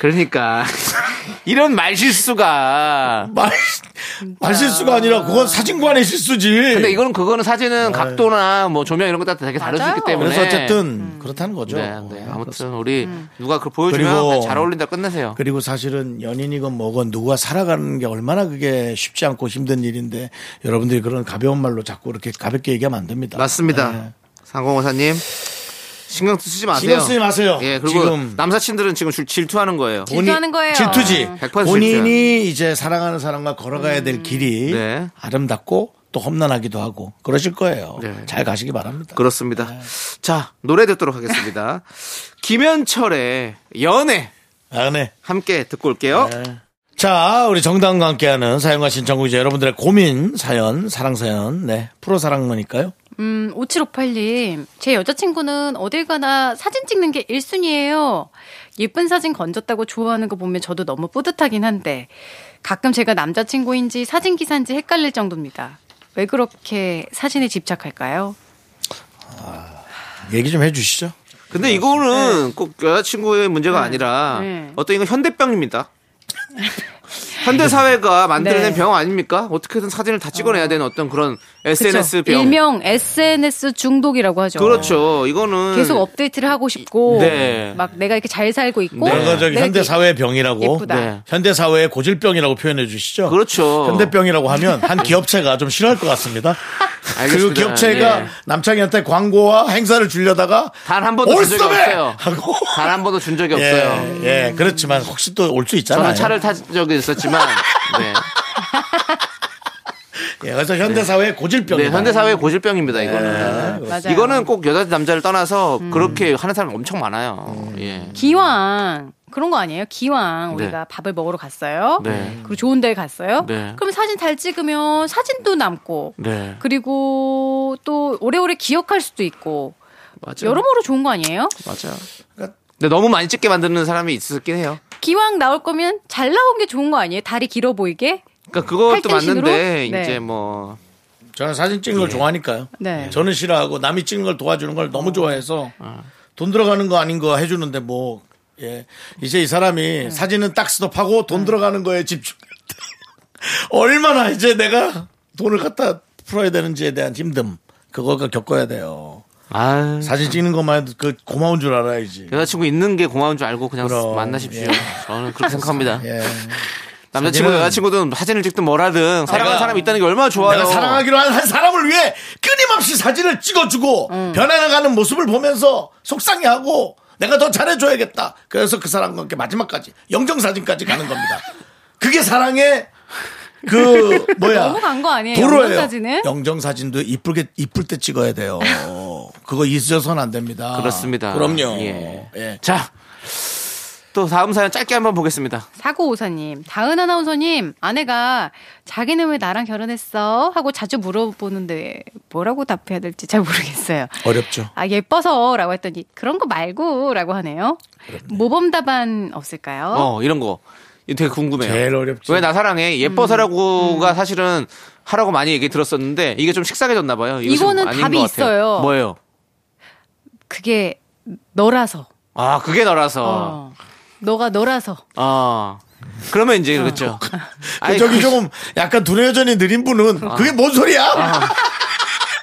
[SPEAKER 2] 그러니까 <laughs> 이런 말 실수가.
[SPEAKER 1] 말 말실수가 아니라 그건 사진관의 실수지.
[SPEAKER 2] 근데 이거는 그거는 사진은 각도나 뭐 조명 이런 것 따라 되게 다를 수
[SPEAKER 6] 맞아요.
[SPEAKER 2] 있기 때문에.
[SPEAKER 1] 네. 그래서 어쨌든 그렇다는 거죠.
[SPEAKER 2] 네,
[SPEAKER 1] 어,
[SPEAKER 2] 네.
[SPEAKER 1] 그렇습니다.
[SPEAKER 2] 아무튼 우리
[SPEAKER 6] 음.
[SPEAKER 2] 누가 그 보여주면
[SPEAKER 1] 그리고-
[SPEAKER 2] 그냥 잘 어울린다 끝내세요.
[SPEAKER 1] 그리고 사실은 연인이건 뭐건 누가 살아가는 게 얼마나 그게 쉽지 않고 힘든 일인데 여러분들이 그런 가벼운 말로 자꾸 이렇게 가볍게 얘기하면 안 됩니다.
[SPEAKER 2] 맞습니다.
[SPEAKER 1] 네.
[SPEAKER 2] 상공호사님 신경 쓰지 마세요.
[SPEAKER 1] 신경 쓰지 마세요.
[SPEAKER 2] 예, 그리고
[SPEAKER 1] 지금
[SPEAKER 2] 남사친들은 지금 질- 질투하는 거예요.
[SPEAKER 6] 질투하는 거예요. 네.
[SPEAKER 1] 질투지.
[SPEAKER 2] 100%
[SPEAKER 1] 본인이 이제 사랑하는 사람과 걸어가야
[SPEAKER 6] 음.
[SPEAKER 1] 될 길이
[SPEAKER 2] 네.
[SPEAKER 1] 아름답고 또 험난하기도 하고 그러실 거예요.
[SPEAKER 2] 네.
[SPEAKER 1] 잘 가시기 바랍니다.
[SPEAKER 2] 그렇습니다.
[SPEAKER 1] 네.
[SPEAKER 2] 자, 노래 듣도록 하겠습니다. <laughs> 김현철의 연애
[SPEAKER 1] 아, 네.
[SPEAKER 2] 함께 듣고 올게요.
[SPEAKER 1] 자, 우리 정당과 함께하는 사연과 신청곡이죠. 여러분들의 고민 사연, 사랑 사연, 네, 프로 사랑머니까요.
[SPEAKER 6] 음, 5758님, 제 여자친구는 어딜 가나 사진 찍는 게 1순위예요. 예쁜 사진 건졌다고 좋아하는 거 보면 저도 너무 뿌듯하긴 한데 가끔 제가 남자친구인지 사진 기사인지 헷갈릴 정도입니다. 왜 그렇게 사진에 집착할까요?
[SPEAKER 1] 얘기 좀 해주시죠.
[SPEAKER 2] 근데 이거는 꼭 여자친구의 문제가 아니라
[SPEAKER 6] 네. 네. <laughs>
[SPEAKER 2] 어떤 이건 현대병입니다. 현대 사회가 만들어낸
[SPEAKER 6] 네.
[SPEAKER 2] 병 아닙니까? 어떻게든 사진을 다 찍어내야 되는 어떤 그런 SNS
[SPEAKER 6] 그쵸?
[SPEAKER 2] 병.
[SPEAKER 6] 일명 SNS 중독이라고 하죠.
[SPEAKER 2] 그렇죠. 이거는
[SPEAKER 6] 계속 업데이트를 하고 싶고
[SPEAKER 2] 네.
[SPEAKER 6] 막 내가 이렇게 잘 살고 있고
[SPEAKER 2] 네.
[SPEAKER 1] 그거 저기
[SPEAKER 6] 내가
[SPEAKER 1] 현대
[SPEAKER 6] 이렇게
[SPEAKER 1] 사회의 병이라고
[SPEAKER 6] 예쁘다.
[SPEAKER 2] 네.
[SPEAKER 1] 현대 사회의 고질병이라고 표현해 주시죠.
[SPEAKER 2] 그렇죠.
[SPEAKER 1] 현대병이라고 하면 한 기업체가 좀 싫어할 것 같습니다. 그리고
[SPEAKER 2] 알겠습니다.
[SPEAKER 1] 기업체가
[SPEAKER 2] 네.
[SPEAKER 1] 남창희한테 광고와 행사를 주려다가
[SPEAKER 2] 단한 번도 준 적이
[SPEAKER 1] 올스톱에!
[SPEAKER 2] 없어요.
[SPEAKER 1] 하고
[SPEAKER 2] 단 한 번도 준 적이 없어요.
[SPEAKER 1] 예, 예, 그렇지만 혹시 또 올 수 있잖아요.
[SPEAKER 2] 저는 차를 탄 적이
[SPEAKER 1] <laughs>
[SPEAKER 2] 있었지만 네.
[SPEAKER 1] 예, 그래서 현대 사회의 고질병이 예.
[SPEAKER 2] 네, 현대 사회의 고질병입니다, 이거는.
[SPEAKER 6] 맞아요. 음.
[SPEAKER 2] 이거는 꼭 여자 남자를 떠나서 그렇게 하는 사람 엄청 많아요.
[SPEAKER 1] 음.
[SPEAKER 2] 예.
[SPEAKER 6] 기왕 그런 거 아니에요? 기왕
[SPEAKER 2] 네.
[SPEAKER 6] 우리가 밥을 먹으러 갔어요.
[SPEAKER 2] 네.
[SPEAKER 6] 그리고 좋은 데 갔어요.
[SPEAKER 2] 네.
[SPEAKER 6] 그럼 사진 잘 찍으면 사진도 남고
[SPEAKER 2] 네.
[SPEAKER 6] 그리고 또 오래오래 기억할 수도 있고
[SPEAKER 2] 맞아요.
[SPEAKER 6] 여러모로 좋은 거 아니에요?
[SPEAKER 2] 맞아요.
[SPEAKER 1] 그러니까
[SPEAKER 2] 근데 너무 많이 찍게 만드는 사람이 있었긴 해요.
[SPEAKER 6] 기왕 나올 거면 잘 나온 게 좋은 거 아니에요? 다리 길어 보이게?
[SPEAKER 2] 그러니까 그것도
[SPEAKER 6] 팔등신으로?
[SPEAKER 2] 맞는데
[SPEAKER 6] 네.
[SPEAKER 2] 이제 뭐
[SPEAKER 1] 저는 사진 찍는 걸 좋아하니까요. 예.
[SPEAKER 6] 네.
[SPEAKER 1] 저는 싫어하고 남이 찍는 걸 도와주는 걸 너무 좋아해서 돈 들어가는 거 아닌 거 해주는데 뭐 예. 이제 이 사람이 사진은 딱 스톱하고 돈 들어가는 거에 집중할 <laughs> 때 얼마나 이제 내가 돈을 갖다 풀어야 되는지에 대한 힘듦 그거가 겪어야 돼요.
[SPEAKER 2] 아,
[SPEAKER 1] 사진 찍는 것만 해도 그 고마운 줄 알아야지.
[SPEAKER 2] 여자친구 있는 게 고마운 줄 알고 그냥
[SPEAKER 1] 그럼,
[SPEAKER 2] 만나십시오.
[SPEAKER 1] 예.
[SPEAKER 2] 저는 그렇게 생각합니다.
[SPEAKER 1] <laughs> 예.
[SPEAKER 2] 남자친구,
[SPEAKER 1] 사진은-
[SPEAKER 2] 여자친구든 사진을 찍든 뭐라든 사랑하는
[SPEAKER 1] 내가-
[SPEAKER 2] 사람이 있다는 게 얼마나 좋아요.
[SPEAKER 1] 내가 사랑하기로 한, 한 사람을 위해 끊임없이 사진을 찍어주고
[SPEAKER 6] 음.
[SPEAKER 1] 변해나가는 모습을 보면서 속상해하고 내가 더 잘해줘야겠다. 그래서 그 사람과 함께 마지막까지 영정사진까지 가는 겁니다. 그게 사랑의
[SPEAKER 6] <laughs>
[SPEAKER 1] 그 뭐야
[SPEAKER 6] 너무 간거 아니에요?
[SPEAKER 1] 도로예요.
[SPEAKER 6] 영정사진은?
[SPEAKER 1] 영정사진도 이쁘게 이쁠 때 찍어야 돼요. 그거 잊으셔서는 안 됩니다.
[SPEAKER 2] 아, 그렇습니다.
[SPEAKER 1] 아, 그럼요.
[SPEAKER 2] 예.
[SPEAKER 1] 예.
[SPEAKER 2] 자, 또 다음 사연 짧게 한번 보겠습니다.
[SPEAKER 6] 사고 오사님, 다은 아나운서님, 아내가 자기는 왜 나랑 결혼했어? 하고 자주 물어보는데 뭐라고 답해야 될지 잘 모르겠어요.
[SPEAKER 1] 어렵죠.
[SPEAKER 6] 아 예뻐서라고 했더니 그런 거 말고라고 하네요. 모범 답안 없을까요?
[SPEAKER 2] 어, 이런 거. 이거 되게 궁금해요.
[SPEAKER 1] 제일 어렵지.
[SPEAKER 2] 왜 나 사랑해?
[SPEAKER 6] 음.
[SPEAKER 2] 예뻐서라고가 사실은 하라고 많이 얘기 들었었는데 이게 좀 식상해졌나 봐요. 이거 좀
[SPEAKER 6] 이거는
[SPEAKER 2] 아닌
[SPEAKER 6] 답이
[SPEAKER 2] 것 같아요.
[SPEAKER 6] 있어요.
[SPEAKER 2] 뭐예요?
[SPEAKER 6] 그게 너라서.
[SPEAKER 2] 아, 그게 너라서.
[SPEAKER 6] 어. 너가 너라서.
[SPEAKER 2] 아. 그러면 이제 그렇죠.
[SPEAKER 1] 그
[SPEAKER 2] 아니,
[SPEAKER 1] 저기
[SPEAKER 2] 그 아.
[SPEAKER 1] 조금 약간 두뇌 여전히 느린 분은 그게 뭔 소리야?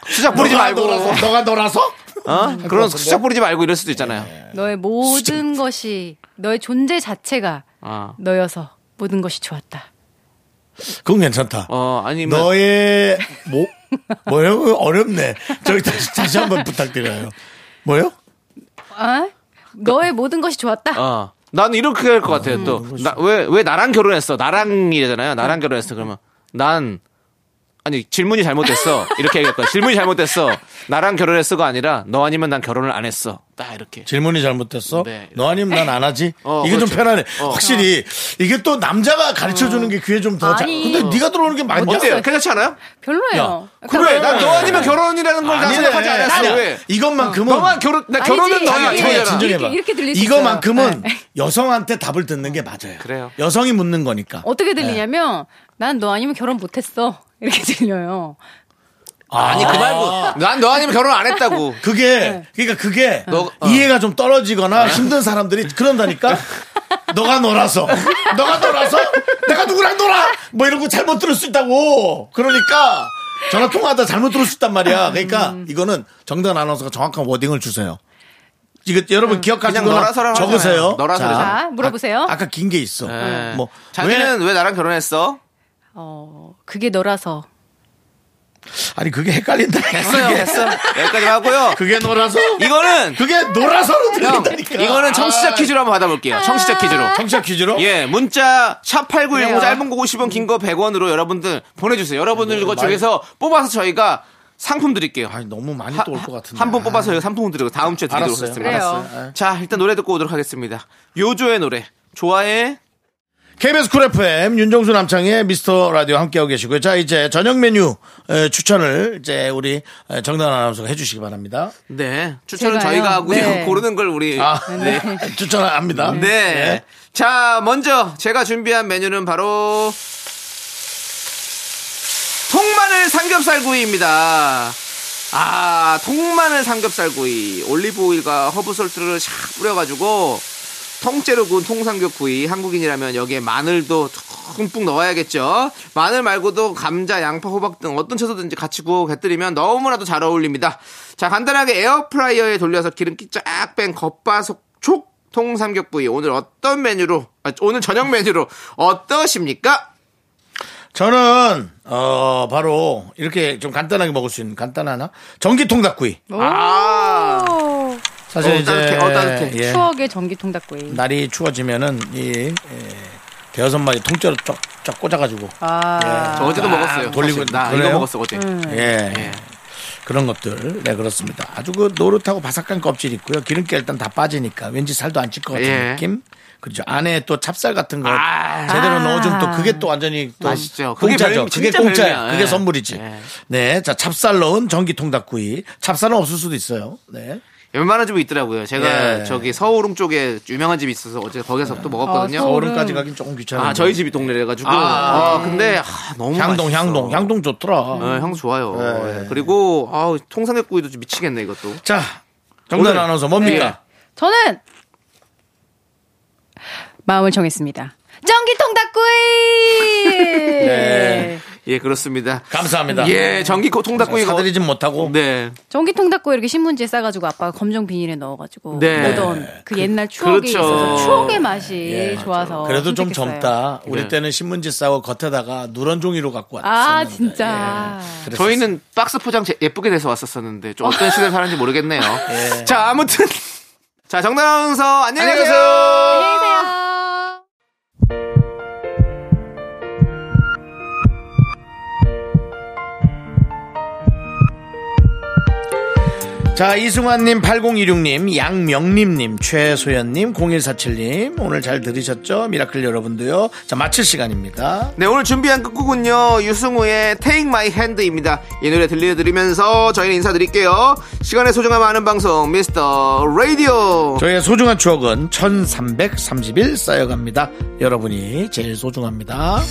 [SPEAKER 2] 수작 부리지
[SPEAKER 1] 너가
[SPEAKER 2] 말고.
[SPEAKER 1] 놀아서? 너가 놀아서?
[SPEAKER 2] 어? 그런 수작 부리지 말고 이럴 수도
[SPEAKER 1] 네.
[SPEAKER 2] 있잖아요.
[SPEAKER 6] 너의 모든 것이 너의 존재 자체가
[SPEAKER 2] 아.
[SPEAKER 6] 너여서 모든 것이 좋았다.
[SPEAKER 1] 그건 괜찮다.
[SPEAKER 2] 어, 아니면
[SPEAKER 1] 너의 뭐 뭐요? 그거 어렵네. 저기 다시 다시 한번 부탁드려요. 뭐요?
[SPEAKER 6] 아? 너의 모든 것이 좋았다.
[SPEAKER 2] 어. 나는 이렇게 할 것 같아요. 또 나 왜 왜 나랑 결혼했어? 나랑이잖아요. 나랑 결혼했어. 그러면 난 아니 질문이 잘못됐어. 이렇게 얘기할 거야. 질문이 잘못됐어. 나랑 결혼했어가 아니라 너 아니면 난 결혼을 안 했어. 딱 이렇게.
[SPEAKER 1] 질문이 잘못됐어.
[SPEAKER 2] 네.
[SPEAKER 1] 너 아니면 난 안 하지.
[SPEAKER 2] 어,
[SPEAKER 1] 이게
[SPEAKER 2] 그렇죠.
[SPEAKER 1] 좀 편하네.
[SPEAKER 2] 어.
[SPEAKER 1] 확실히 이게 또 남자가 가르쳐 주는 게 귀에 좀 더 잘.
[SPEAKER 6] 아니.
[SPEAKER 1] 근데 네가 들어오는 게 많이
[SPEAKER 2] 어때요? 괜찮지 않아요?
[SPEAKER 6] 별로예요.
[SPEAKER 1] 야,
[SPEAKER 6] 그러니까
[SPEAKER 2] 그래. 난 너 아니면 결혼이라는 걸 나
[SPEAKER 1] 아니네.
[SPEAKER 2] 생각하지 않았어.
[SPEAKER 1] 아니야.
[SPEAKER 2] 왜?
[SPEAKER 1] 이것만큼은
[SPEAKER 2] 너만 결혼 나
[SPEAKER 6] 아니지.
[SPEAKER 2] 결혼은 너야.
[SPEAKER 6] 아니,
[SPEAKER 1] 아니, 아니,
[SPEAKER 6] 이거잖아.
[SPEAKER 1] 진정해봐.
[SPEAKER 6] 이렇게- 이렇게 들릴 수
[SPEAKER 1] 이것만큼은
[SPEAKER 6] 있어요. 네.
[SPEAKER 1] 여성한테 답을 듣는 게 맞아요.
[SPEAKER 2] 그래요.
[SPEAKER 1] 여성이 묻는 거니까.
[SPEAKER 6] 어떻게 들리냐면 난 너 아니면 결혼 못 했어. 이렇게 <laughs> 들려요.
[SPEAKER 2] 아니 그 말고 난 너 아니면 결혼 안 했다고.
[SPEAKER 1] 그게 그러니까 그게
[SPEAKER 2] 네. 너- 어.
[SPEAKER 1] 이해가 좀 떨어지거나 힘든 사람들이 그런다니까. <laughs> 너가 놀아서 너가 놀아서 내가 누구랑 놀아 뭐 이러고 잘못 들을 수 있다고 그러니까 전화 통화하다 잘못 들을 수 있단 말이야 그러니까
[SPEAKER 2] 음.
[SPEAKER 1] 이거는 정단 아나운서가 정확한 워딩을 주세요 이거 여러분 기억하시는
[SPEAKER 2] 음. 그냥
[SPEAKER 1] 거
[SPEAKER 2] 너라서라고
[SPEAKER 1] 적으세요
[SPEAKER 2] 하잖아요. 너라서라고
[SPEAKER 1] 자,
[SPEAKER 6] 자, 물어보세요.
[SPEAKER 1] 아, 까 긴 게 있어
[SPEAKER 2] 예.
[SPEAKER 1] 뭐
[SPEAKER 2] 자기는
[SPEAKER 1] 왜?
[SPEAKER 2] 왜 나랑 결혼했어?
[SPEAKER 6] 어, 그게 너라서.
[SPEAKER 1] 아니 그게
[SPEAKER 2] <laughs>
[SPEAKER 1] 헷갈린다
[SPEAKER 2] 됐어요. 됐어. 여기까지 하고요.
[SPEAKER 1] 그게 놀아서
[SPEAKER 2] 이거는
[SPEAKER 1] 그게 놀아서로
[SPEAKER 2] 형
[SPEAKER 1] 들린다니까
[SPEAKER 2] 이거는 청취자
[SPEAKER 1] 아,
[SPEAKER 2] 퀴즈로 한번 받아볼게요. 청취자 퀴즈로.
[SPEAKER 1] 청취자 퀴즈로
[SPEAKER 2] 예, 문자 샵8910
[SPEAKER 6] 그래요.
[SPEAKER 2] 짧은 거 50원, 긴 거 100원으로 여러분들 보내주세요. 여러분들 것 중에서 뽑아서 저희가 상품 드릴게요.
[SPEAKER 1] 아니 너무 많이 또 올 것 같은데.
[SPEAKER 2] 한 분 뽑아서 저희가 상품 드리고 다음 주에 드리도록
[SPEAKER 1] 알았어요.
[SPEAKER 2] 하겠습니다.
[SPEAKER 6] 그래요.
[SPEAKER 1] 알았어요.
[SPEAKER 2] 자, 일단 노래 듣고 오도록 하겠습니다. 요조의 노래. 좋아해.
[SPEAKER 1] KBS 쿨 FM 윤정수 남창의 미스터 라디오 함께하고 계시고요. 자 이제 저녁 메뉴 에, 추천을 이제 우리 에, 정단 아나운서가 해주시기 바랍니다.
[SPEAKER 2] 네. 추천은
[SPEAKER 6] 제가요?
[SPEAKER 2] 저희가 하고요.
[SPEAKER 6] 네.
[SPEAKER 2] 고르는 걸 우리.
[SPEAKER 1] 아,
[SPEAKER 2] 네.
[SPEAKER 1] <laughs> 추천합니다.
[SPEAKER 2] 네. 자, 먼저 제가 준비한 메뉴는 바로 통마늘 삼겹살구이입니다. 아, 통마늘 삼겹살구이. 올리브오일과 허브솔트를 샥 뿌려가지고 통째로 구운 통삼겹 구이 한국인이라면 여기에 마늘도 듬뿍 넣어야겠죠. 마늘 말고도 감자, 양파, 호박 등 어떤 채소든지 같이 구워 곁들이면 너무나도 잘 어울립니다. 자 간단하게 에어프라이어에 돌려서 기름기 쫙 뺀 겉바속 촉 통삼겹 구이 오늘 어떤 메뉴로 아, 오늘 저녁 메뉴로 어떠십니까?
[SPEAKER 1] 저는 어 바로 이렇게 좀 간단하게 먹을 수 있는 간단하나 전기통 닭구이. 아!
[SPEAKER 6] 오,
[SPEAKER 1] 사실
[SPEAKER 2] 어,
[SPEAKER 1] 이제
[SPEAKER 2] 따뜻해, 어, 따뜻해.
[SPEAKER 1] 예,
[SPEAKER 6] 추억의 전기통 닭구이.
[SPEAKER 1] 날이 추워지면은 이 예, 대여섯 마리 통째로 쫙쫙 꽂아가지고
[SPEAKER 6] 아,
[SPEAKER 2] 저 어제도 먹었어요.
[SPEAKER 1] 돌리고
[SPEAKER 2] 사실. 나 이거
[SPEAKER 1] 그래요?
[SPEAKER 2] 먹었어 어제.
[SPEAKER 1] 예. 그런 것들 네 그렇습니다. 아주 그 노릇하고 바삭한 껍질 있고요. 기름기 가 일단 다 빠지니까 왠지 살도 안 찔 것 같은
[SPEAKER 2] 예.
[SPEAKER 1] 느낌. 그렇죠. 안에 또 찹쌀 같은 거
[SPEAKER 2] 아.
[SPEAKER 1] 제대로 넣어주면 또 그게 또 완전히 또
[SPEAKER 2] 맛있죠. 그게
[SPEAKER 1] 공짜죠.
[SPEAKER 2] 별미-
[SPEAKER 1] 그게
[SPEAKER 2] 진짜
[SPEAKER 1] 공짜야.
[SPEAKER 2] 별미야.
[SPEAKER 1] 그게
[SPEAKER 2] 예.
[SPEAKER 1] 선물이지.
[SPEAKER 2] 예.
[SPEAKER 1] 네, 자 찹쌀 넣은 전기통 닭구이. 찹쌀은 없을 수도 있어요. 네.
[SPEAKER 2] 웬만한 집이 있더라고요. 제가
[SPEAKER 1] 예.
[SPEAKER 2] 저기 서울웅 쪽에 유명한 집이 있어서 어제 거기서 또 먹었거든요.
[SPEAKER 6] 아, 서울.
[SPEAKER 1] 서울은까지 가긴 조금 귀찮아.
[SPEAKER 2] 아 저희 집이 동네래 가지고 아, 근데 아, 너무
[SPEAKER 1] 향동
[SPEAKER 2] 맛있어.
[SPEAKER 1] 향동 향동 좋더라.
[SPEAKER 2] 어, 향 좋아요.
[SPEAKER 1] 네.
[SPEAKER 2] 예. 그리고 아 통삼겹구이도 좀 미치겠네 이것도.
[SPEAKER 1] 자 정단
[SPEAKER 2] 오늘-
[SPEAKER 1] 아나운서 뭡니까?
[SPEAKER 6] 저는 마음을 정했습니다. 전기통 닭구이.
[SPEAKER 1] <laughs> 네.
[SPEAKER 2] 예 그렇습니다.
[SPEAKER 1] 감사합니다.
[SPEAKER 2] 예 전기 통닭구이
[SPEAKER 1] 사드리진 못하고
[SPEAKER 2] 네.
[SPEAKER 6] 전기통 닭구이 이렇게 신문지에 싸가지고 아빠가 검정 비닐에 넣어가지고
[SPEAKER 2] 네.
[SPEAKER 6] 보던 그 옛날 추억이
[SPEAKER 2] 그렇죠.
[SPEAKER 6] 있어서 추억의 맛이 좋아서
[SPEAKER 1] 예, 그래도 좀
[SPEAKER 6] 선택했어요.
[SPEAKER 1] 젊다. 우리
[SPEAKER 2] 네.
[SPEAKER 1] 때는 신문지 싸고 겉에다가 누런 종이로 갖고 왔었는데.
[SPEAKER 6] 아
[SPEAKER 1] 예.
[SPEAKER 6] 진짜.
[SPEAKER 2] 저희는 박스 포장 제- 예쁘게 돼서 왔었었는데 좀 어떤 시대를 사는지 모르겠네요. 자 아무튼 자 정다운서 안녕히
[SPEAKER 1] 안녕히
[SPEAKER 2] 가세요.
[SPEAKER 1] 계세요.
[SPEAKER 6] 안녕히 계세요.
[SPEAKER 1] 자, 이승환님, 8026님, 양명림님, 최소연님, 0147님. 오늘 잘 들으셨죠? 미라클 여러분도요. 자, 마칠 시간입니다.
[SPEAKER 2] 네 오늘 준비한 끝곡은요 유승우의 Take My Hand입니다 이 노래 들려드리면서 저희는 인사드릴게요 시간의 소중함 아는 방송 미스터 라디오
[SPEAKER 1] 저희의 소중한 추억은 1331 쌓여갑니다. 여러분이 제일 소중합니다.